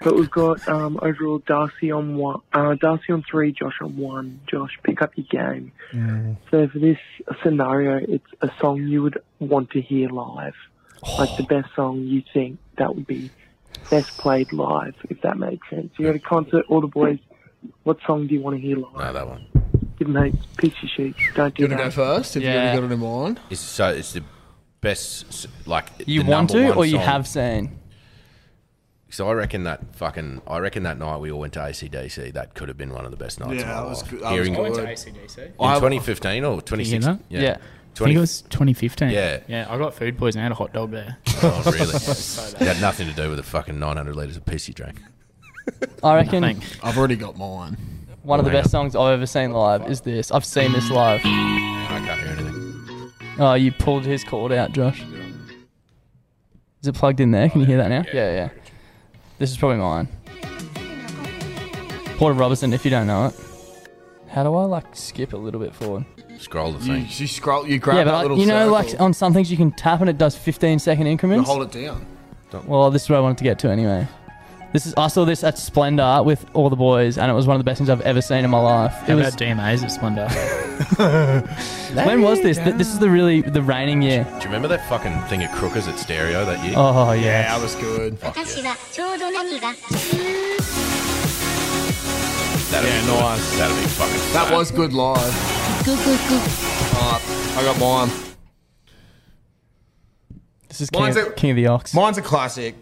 But we've got um, overall Darcy on one, uh, Darcy on three, Josh on one. Josh, pick up your game. So for this scenario, it's a song you would want to hear live, like the best song you think that would be best played live, if that makes sense. You're at a concert, all the boys. What song do you want to hear live?
No, that one.
Give them heaps. Picture sheet. Don't do
You
that.
wanna go first? Have you already got it in mind?
It's so it's the best. s- Like
You
the
want
number
to,
one
or you
song.
have seen?
So I reckon that fucking. I reckon that night we all went to ACDC. That could have been one of the best nights.
Yeah,
of my
that
life.
was good- that was
Hearing
good. I went to
ACDC.
in
I-
2015 or 2016.
Yeah. Yeah. I think it was
2015. Yeah.
Yeah, I got food poisoning. I had a hot dog there.
<laughs> Oh
<laughs>
really?
Yeah, it was so
it
bad.
had nothing to do with the fucking 900 liters of piss you drank.
I reckon
Nothing.
I've already got mine.
one of the
Hang
best songs I've ever seen live is this. I've seen this live.
I can't hear anything.
Oh, you pulled his cord out, Josh. Is it plugged in there? Can you hear that now? Yeah, yeah. This is probably mine. Porter Robertson, if you don't know it. How do I like skip a little bit forward?
Scroll the
You,
thing.
you scroll. You grab
yeah, but
that
I-
little.
you know, like
circle.
on some things you can tap and it does 15 second
You
increments.
hold it down.
Well, this is what I wanted to get to anyway. This is I saw this at Splendor with all the boys, and it was one of the best things I've ever seen in my life.
How
it
about
was
DMAs at Splendor?
<laughs> when was this? Th- This is the really the raining year.
Do you remember that fucking thing at Crookers at Stereo that year?
Oh, yeah. Yeah, that
was good.
Fuck yeah.
私はちょうど何が
um,
That'd be nice. That'd be fucking.
That was good live.
Good, good, good.
Alright, I got mine.
This is King of- King of the Ox.
Mine's a classic.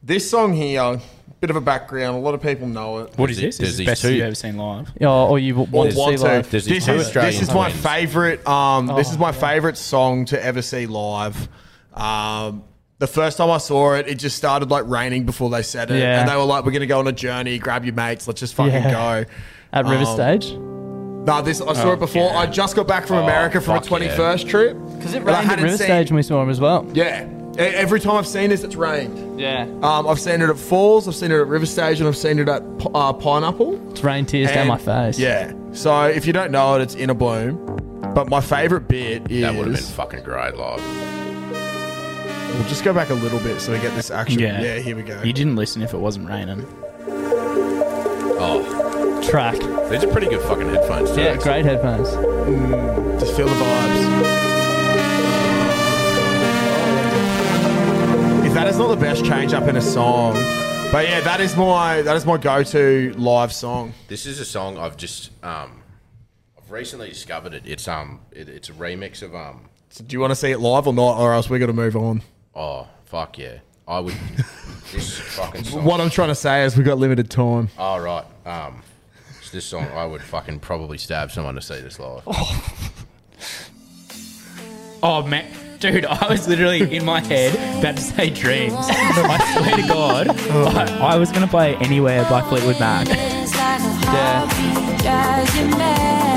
This song here, bit of a background. A lot of people know it.
What is this? This is the best you've ever seen live.
Oh, or you
Or
want to see
want to.
live.
This is, this is my
Oh.
favorite. Um, this is my favorite song to ever see live. Um, The first time I saw it, it just started like raining before they said it,
Yeah.
and they were like, "We're gonna go on a journey. Grab your mates. Let's just fucking go."
Yeah. At River
Um,
Stage?
No, this I saw
Oh,
it before. I just got back from
Oh,
America from a
fuck yeah.
21st trip.
Because it
And I
rained at
hadn't
River
seen-
Stage when we saw him as well.
Yeah. E- Every time I've seen this, it's rained.
Yeah.
Um, I've seen it at Falls, I've seen it at River Stage, and I've seen it at P- uh, Pineapple.
It's rained tears down
And-
my face.
Yeah. So if you don't know it, it's in a bloom. But my favourite bit is
That would have been fucking great live.
We'll just go back a little bit so we get this actual. Yeah. here we go.
You didn't listen if it wasn't raining.
Oh.
Track.
These are pretty good fucking headphones. too,
Yeah,
actually.
great headphones.
just feel the vibes. If that is not the best change up in a song, but yeah, that is my that is my go to live song.
This is a song I've just um, I've recently discovered it. It's um, it, it's a remix of um.
So do you want to see it live or not, or else we're gonna move on?
Oh fuck yeah! I would. <laughs> this fucking song.
What I'm trying to say is we've got limited time.
All right. Um, it's this song I would fucking probably stab someone to see this live.
<laughs> Oh man, dude, I was literally in my head about to say dreams.
<laughs>
I swear to God,
Oh.
I, I was gonna play Anywhere by Fleetwood Mac. That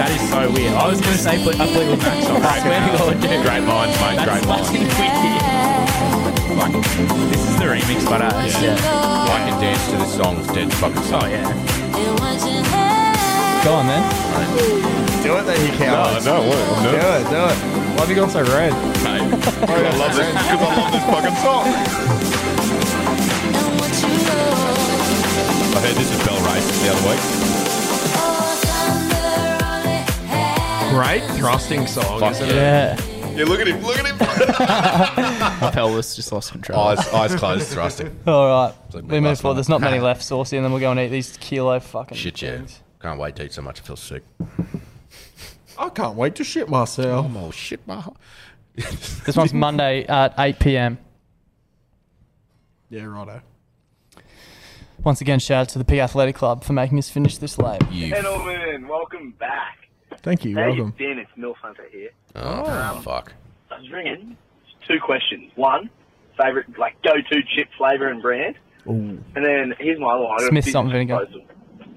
is so weird. I was gonna say Fle- a Fleetwood Mac song. I swear to God, dude. Great minds, mate. Great minds. Like, this is the remix, but uh,
Yeah. I can dance to this song. It's dead fucking song. Oh
yeah.
Go on then.
Do it then, you cowards.
No, no, what? No.
Do it, do it. Why have you gone so red?
I love this because I love this fucking song.
I heard this is Bell Race the other week.
Great thrusting song. isn't it?
yeah.
Yeah, look at him. Look at him.
<laughs> My pelvis just lost control.
Eyes, eyes closed, thrusting.
All right.
It's like me
we move
last
forward.
night.
There's
<laughs>
not many left, Saucy, and then we'll go and eat these kilo fucking
Shit, yeah.
things.
Can't wait to eat so much. I feel sick.
I can't wait to shit myself.
Oh shit, my. <laughs>
This one's Monday at 8 p.m.
Yeah, righto.
Once again, shout out to the P Athletic Club for making us finish this late.
Gentlemen, welcome back.
Thank you.
How you
Welcome.
been? It's Milf Hunter here. Um,
Oh, fuck.
I was ringing. Two questions. One, favourite, like, go-to chip flavour and brand.
Ooh.
And then here's my other one. I got a
Smith
business
something vinegar.
proposal.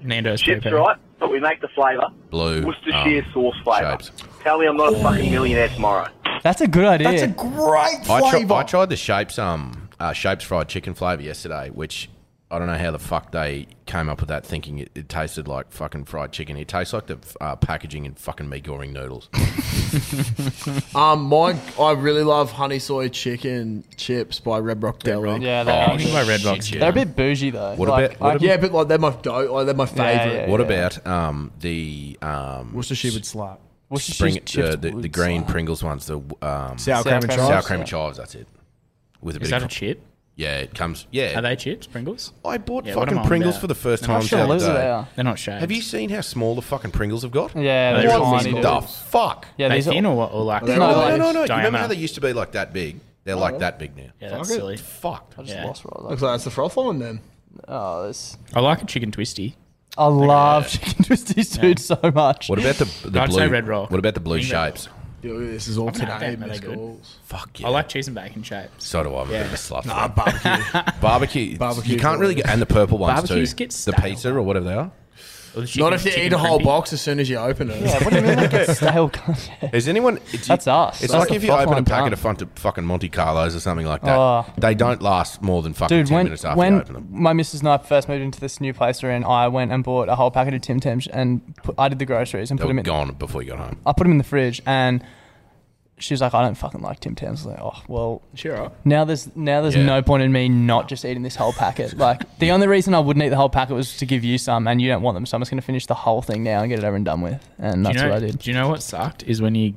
Nando's
Chips,
poo-poo.
right? But we make the flavour.
Blue. um,
Worcestershire sauce flavour. Tell me I'm not a fucking millionaire tomorrow.
That's a good idea. That's a
great
I, tri- I tried the shapes um uh, shapes fried chicken flavor yesterday, which I don't know how the fuck they came up with that, thinking it, it tasted like fucking fried chicken. It tastes like the uh, packaging in fucking me goring noodles.
<laughs> Um, my I really love honey soy chicken chips by Red Rock Deli.
Yeah, they are good. They're a bit bougie though.
What
Like,
about- what
I-
about-
Yeah, but like they're my dough. Like they're my favorite.
what about um the um Worcestershire
would slap.
Worcestershire
spring,
chips
the, the, the
would
green Pringles ones, the um
Sour cream and chives?
sour cream and chives. That's it. With a
Is
bit
that
of
a chip?
Yeah, it comes. Yeah,
Are they chips, Pringles?
I bought
Yeah, what am
fucking
I on
Pringles
about?
for the first
They're not
time the other
shaved.
day.
They're not shaved.
Have you seen how small the fucking Pringles have got?
Yeah,
What
they're
the
tiny, dude.
fuck?
Yeah, They these are- thin or what- or like-
no,
No,
no,
like
no, no, no. You
diameter.
remember how they used to be like that big? They're
Oh,
like
yeah.
that big now.
Yeah, that's
Fuck it.
silly.
Fucked.
I just
Yeah.
lost what I was
Looks like that's the froth one then. <laughs>
Oh, this. <laughs>
um,
I like a chicken twisty.
I love chicken <laughs> twisties, dude, so much.
What about the the
I'd
blue
say Red Rock.
What about the blue
Green Red
shapes?
Yeah, this is all
I've had
today.
them, are they
Miss
good?
Goals.
Fuck
yeah. I like cheese and bacon shapes.
So do I. I'm a bit of
Yeah.
a slut.
Nah,
barbecue. <laughs> barbecue.
Barbecue's
You can't really
always-
get and the purple ones
Barbecues
too.
get
the pizza or whatever they are.
Not if you eat a whole box as soon as you open it.
Yeah, what do you mean they
<laughs>
get stale?
Is anyone? it's-
That's us.
It's
That's
like
the
if you
fuck
open a
I'm
packet
done.
of funt- fucking Monte Carlos or something like that.
Oh.
They don't last more than fucking
Dude,
ten
when
minutes after you
when
open them.
my missus and I first moved into this new place we're in, I went and bought a whole packet of Tim Tams and put, I did the groceries and
They
put
were
them in.
gone before you got home.
I put them in the fridge, and she was like, "I don't fucking like Tim Tams." I was like, oh well,
sure.
Now there's now there's
Yeah.
no point in me not just eating this whole packet.
<laughs>
Like the only reason I wouldn't eat the whole packet was to give you some, and you don't want them, so I'm just gonna finish the whole thing now and get it over and done with. And
Do you
that's
know,
what I did.
Do you know what sucked is when you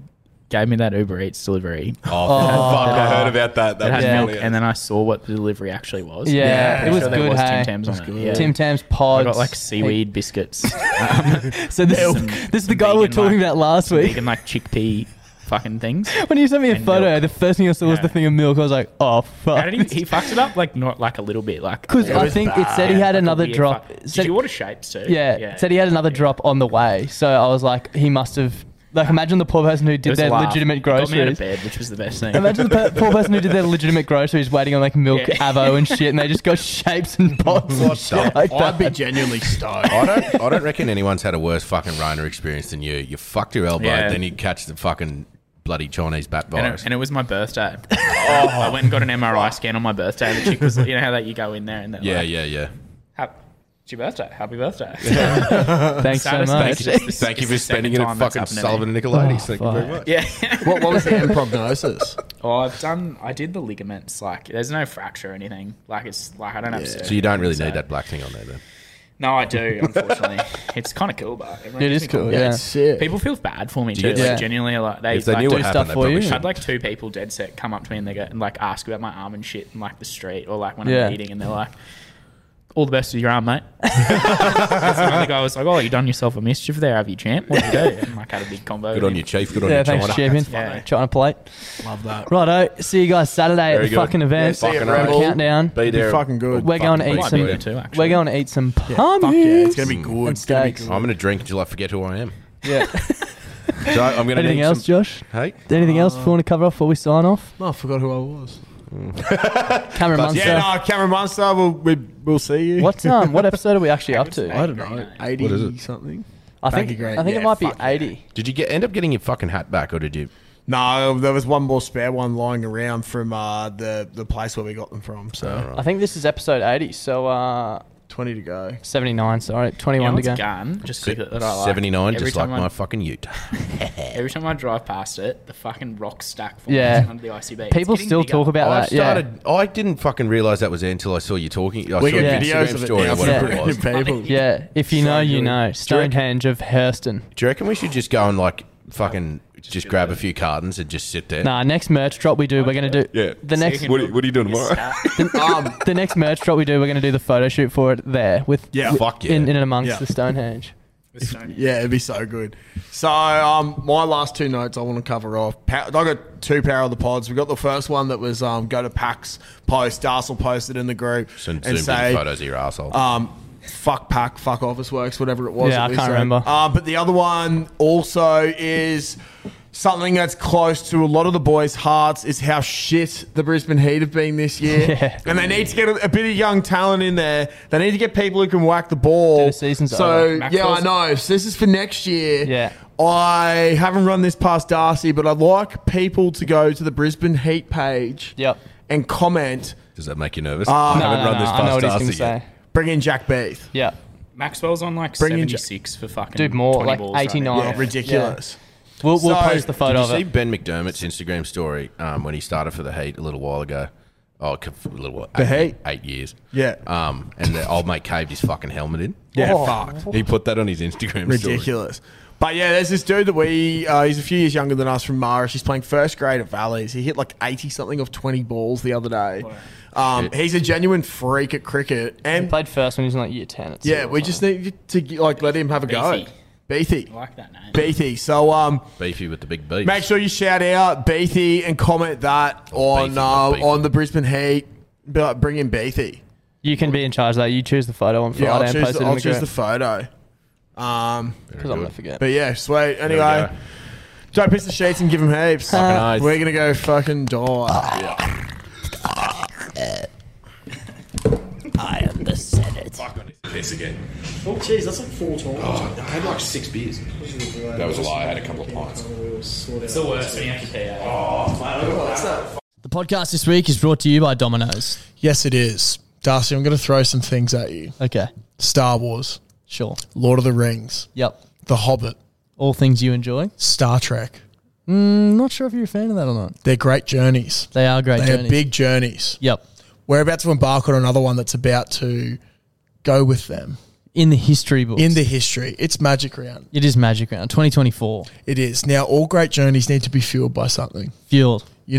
gave me that Uber Eats delivery. <laughs> Oh,
fuck, I heard about that. That
it
was
had milk,
brilliant.
and then I saw what the delivery actually was.
Yeah,
I'm pretty
it was
sure there
good.
was
hey?
Tim Tams on it. Yeah.
Tim Tams pods.
I got like seaweed
<laughs>
biscuits. Um,
so this is- <laughs> this is the guy we were talking about last week.
Vegan like chickpea fucking things.
<laughs> When you sent me a photo, the first thing I saw was the thing of milk. I was like, oh fuck.
How did he, he fucks it up like not like a little bit like
<laughs> 'Cause I think it said he had
like a
another
weird
drop.
fuck-
Said-
Did you order shapes too?
Yeah, said he had another drop on the way, so I was like, he must have Like, imagine the poor person who
It
did
was
their
a laugh.
legitimate
It got me out of
groceries.
bed, which was the best thing.
Imagine the pe- poor person who did their legitimate groceries waiting on like milk,
Yeah.
avo, and shit, and they just got shapes
<laughs>
and pots and shit like that.
genuinely stoned.
I don't, I don't reckon anyone's had a worse fucking Rona experience than you. You fucked your elbow,
Yeah.
then you catch the fucking bloody Chinese bat
<laughs> And
virus.
it, and it was my birthday. I went and got an MRI scan on my birthday. The chick was, you know how that you go in there and they're
yeah,
like,
yeah, yeah.
"Hap- It's your birthday. Happy birthday.
Thanks so
<laughs> Saddest
much.
thing is it's the-
Thank you
it's
for
the second
spending it at
time that's
fucking
happened to
Sullivan
me.
and Nicolaides. Thank you very much.
Yeah.
What, what was the end prognosis?
Oh, I've done. I did the ligaments. Like, there's no fracture or anything. Like, it's like I don't have.
So you don't really
surgery,
need
so-
that black thing on there, then.
No, I do. Unfortunately, it's kind of cool, but everyone
It
gives
is
me-
cool, Yeah, yeah. it's sick.
people feel bad for me
Do
too.
you
Like,
get that-
genuinely, like they,
If they
like,
knew what Do happened, stuff they for probably you. should.
I'd like two people dead set come up to me and they go and like ask about my arm and shit and like the street or like when
Yeah.
I'm eating and they're like. All the best with your arm, mate. <laughs> That's another guy was like, "Oh, you done yourself a mischief there, have you, champ? What would you do?" And <laughs> like had a big convo.
Good
with
on
him.
you, chief. Good on
Yeah,
you,
thanks,
China.
champion.
Yeah.
China plate.
Love that.
Righto, see you guys Saturday
Very
at the
good.
fucking event.
Yeah, fucking right.
countdown.
Be there. Be fucking good.
We're going to
Fucking
eat
be
some.
there too, actually.
we're going to eat some
Yeah,
pommies.
fuck yeah, it's gonna be
good. And steaks.
Mm. I'm going to drink until I forget who I am.
Yeah.
So I'm going to
Anything
need
else,
some-
Josh?
Hey?
Anything else we want to cover off before we sign off?
No, I forgot who I
<laughs>
was.
<laughs> Cameron
But-
Munster.
Yeah, no, Cameron Munster. We'll, we, we'll see you.
What's um? What episode are we actually up to?
I don't know. 80
What is it?
something.
I think
Baggy grey.
I think
Yeah,
it might be
fuck
eighty.
Did you get end up getting your fucking hat back, or did you?
No, there was one more spare one lying around from uh, the the place where we got them from. So
I think this is episode eighty. So uh,
twenty to go.
Seventy nine. Sorry, twenty
You know
one to
what's
go.
Gun, just quickly that I like.
79,
Every
just like
time I-
my fucking Ute.
<laughs> Every time I drive past it, the fucking rock stack forms
Yeah.
under the ICB. It's
People
getting
still
bigger.
talk about
I
that.
started. I didn't fucking realize that was there until I saw you talking. I
We
saw
get
your
videos
Instagram
of it
story
now
or whatever it
from
<laughs>
was.
people.
Yeah, if you know, you know. Stonehenge of Hurston.
Do you reckon we should just go and like fucking just grab a few cartons and just sit there?
Nah, next merch drop we do, we're gonna do
Yeah.
the next.
What are you, what are you doing tomorrow?
<laughs>
the, um, the next merch drop we do, we're gonna do the photo shoot for it there with
Yeah.
with-
Fuck yeah.
in, in and amongst
Yeah.
the Stonehenge.
<laughs> Yeah, it'd be so good. So, um, my last two notes I want to cover off. Pa- I got two power of the pods. We got the first one that was um, go to PAX post. Darcel posted in the group
Send
and
zoomed
say
in photos of your asshole.
um, fuck pack, fuck office works, whatever it was.
Yeah,
that
I
we
can't
said.
remember.
Uh, but the other one also is something that's close to a lot of the boys' hearts is how shit the Brisbane Heat have been this year.
<laughs> Yeah.
And they need to get a, a bit of young talent in there. They need to get people who can whack the ball.
season's
so,
over. Max
yeah, I
Wilson.
know. So this is for next year.
Yeah.
I haven't run this past Darcy, but I'd like people to go to the Brisbane Heat page
yep.
and comment.
Does that make you nervous?
Uh,
I haven't run this past
gonna
Darcy yet.
Bring in Jack Beath.
Yeah.
Maxwell's on like
Bring in Ja-
76 for fucking
Dude, more,
20
like
balls, I think.
89. Yeah,
ridiculous.
We'll- we'll post the photo
Did you
of it.
see Ben McDermott's Instagram story um, when he started for the Heat a little while ago? Oh, a little while.
The
eight,
Heat?
eight years.
Yeah.
Um, and the old mate caved his fucking helmet in.
Yeah, Oh. fucked.
He put that on his Instagram. Story.
ridiculous. But yeah, there's this dude that we, uh, he's a few years younger than us from Marsh. He's playing first grade at Valleys. He hit like 80 something off 20 balls the other day. Um, he's a genuine freak at cricket. And
played first when he was in like year 10. It's
yeah, we just need to like let him have a go.
Beathy.
Beathy.
like that name.
Beathy. So um,
Beefy with the big beef.
Make sure you shout out Beathy and comment that on uh, on the Brisbane Heat. Be like, Bring in Beathy.
You can be in charge of that. You choose the photo on Friday
Yeah, I'll
and
choose,
post
the,
it in
I'll
the
choose
group.
the photo. Um,
Because I'm gonna forget.
But yeah, sweet.
we
Anyway, don't piss the sheets and give him heaps.
Fucking oath.
We're gonna go fucking die.
I am the Senate.
Piss again.
Oh, jeez, that's like four times.
I had like six beers. That was a lie. I had a couple of pints.
It's the worst when you have to pay
Oh,
The podcast this week is brought to you by Domino's.
Yes, it is. Darcy, I'm going to throw some things at you.
Okay.
Star Wars.
Sure.
Lord of the Rings.
Yep.
The Hobbit.
All things you enjoy.
Star Trek.
Mm, not sure if you're a fan of that or not.
They're great journeys.
They are great
They're
journeys.
big journeys.
Yep.
We're about to embark on another one that's about to go with them
In the history books.
in the history. It's Magic Round.
It is Magic Round 2024.
It is. Now, all great journeys need to be fueled by something.
Fueled.
You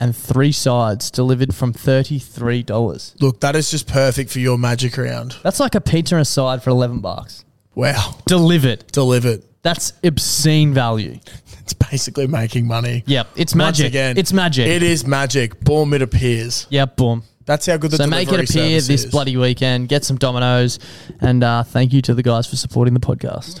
and three sides delivered from thirty-three dollars.
Look, that is just perfect for your Magic Round.
That's like a pizza and a side for eleven bucks.
Wow.
Delivered.
Delivered.
That's obscene value.
<laughs> It's basically making money.
Yep, it's
Once
magic.
again,
it's magic.
It is magic. Boom, it appears.
Yep, boom.
That's how good the
so make it
delivery
appear
service
this
is.
bloody weekend. Get some dominoes, and uh, thank you to the guys for supporting the podcast.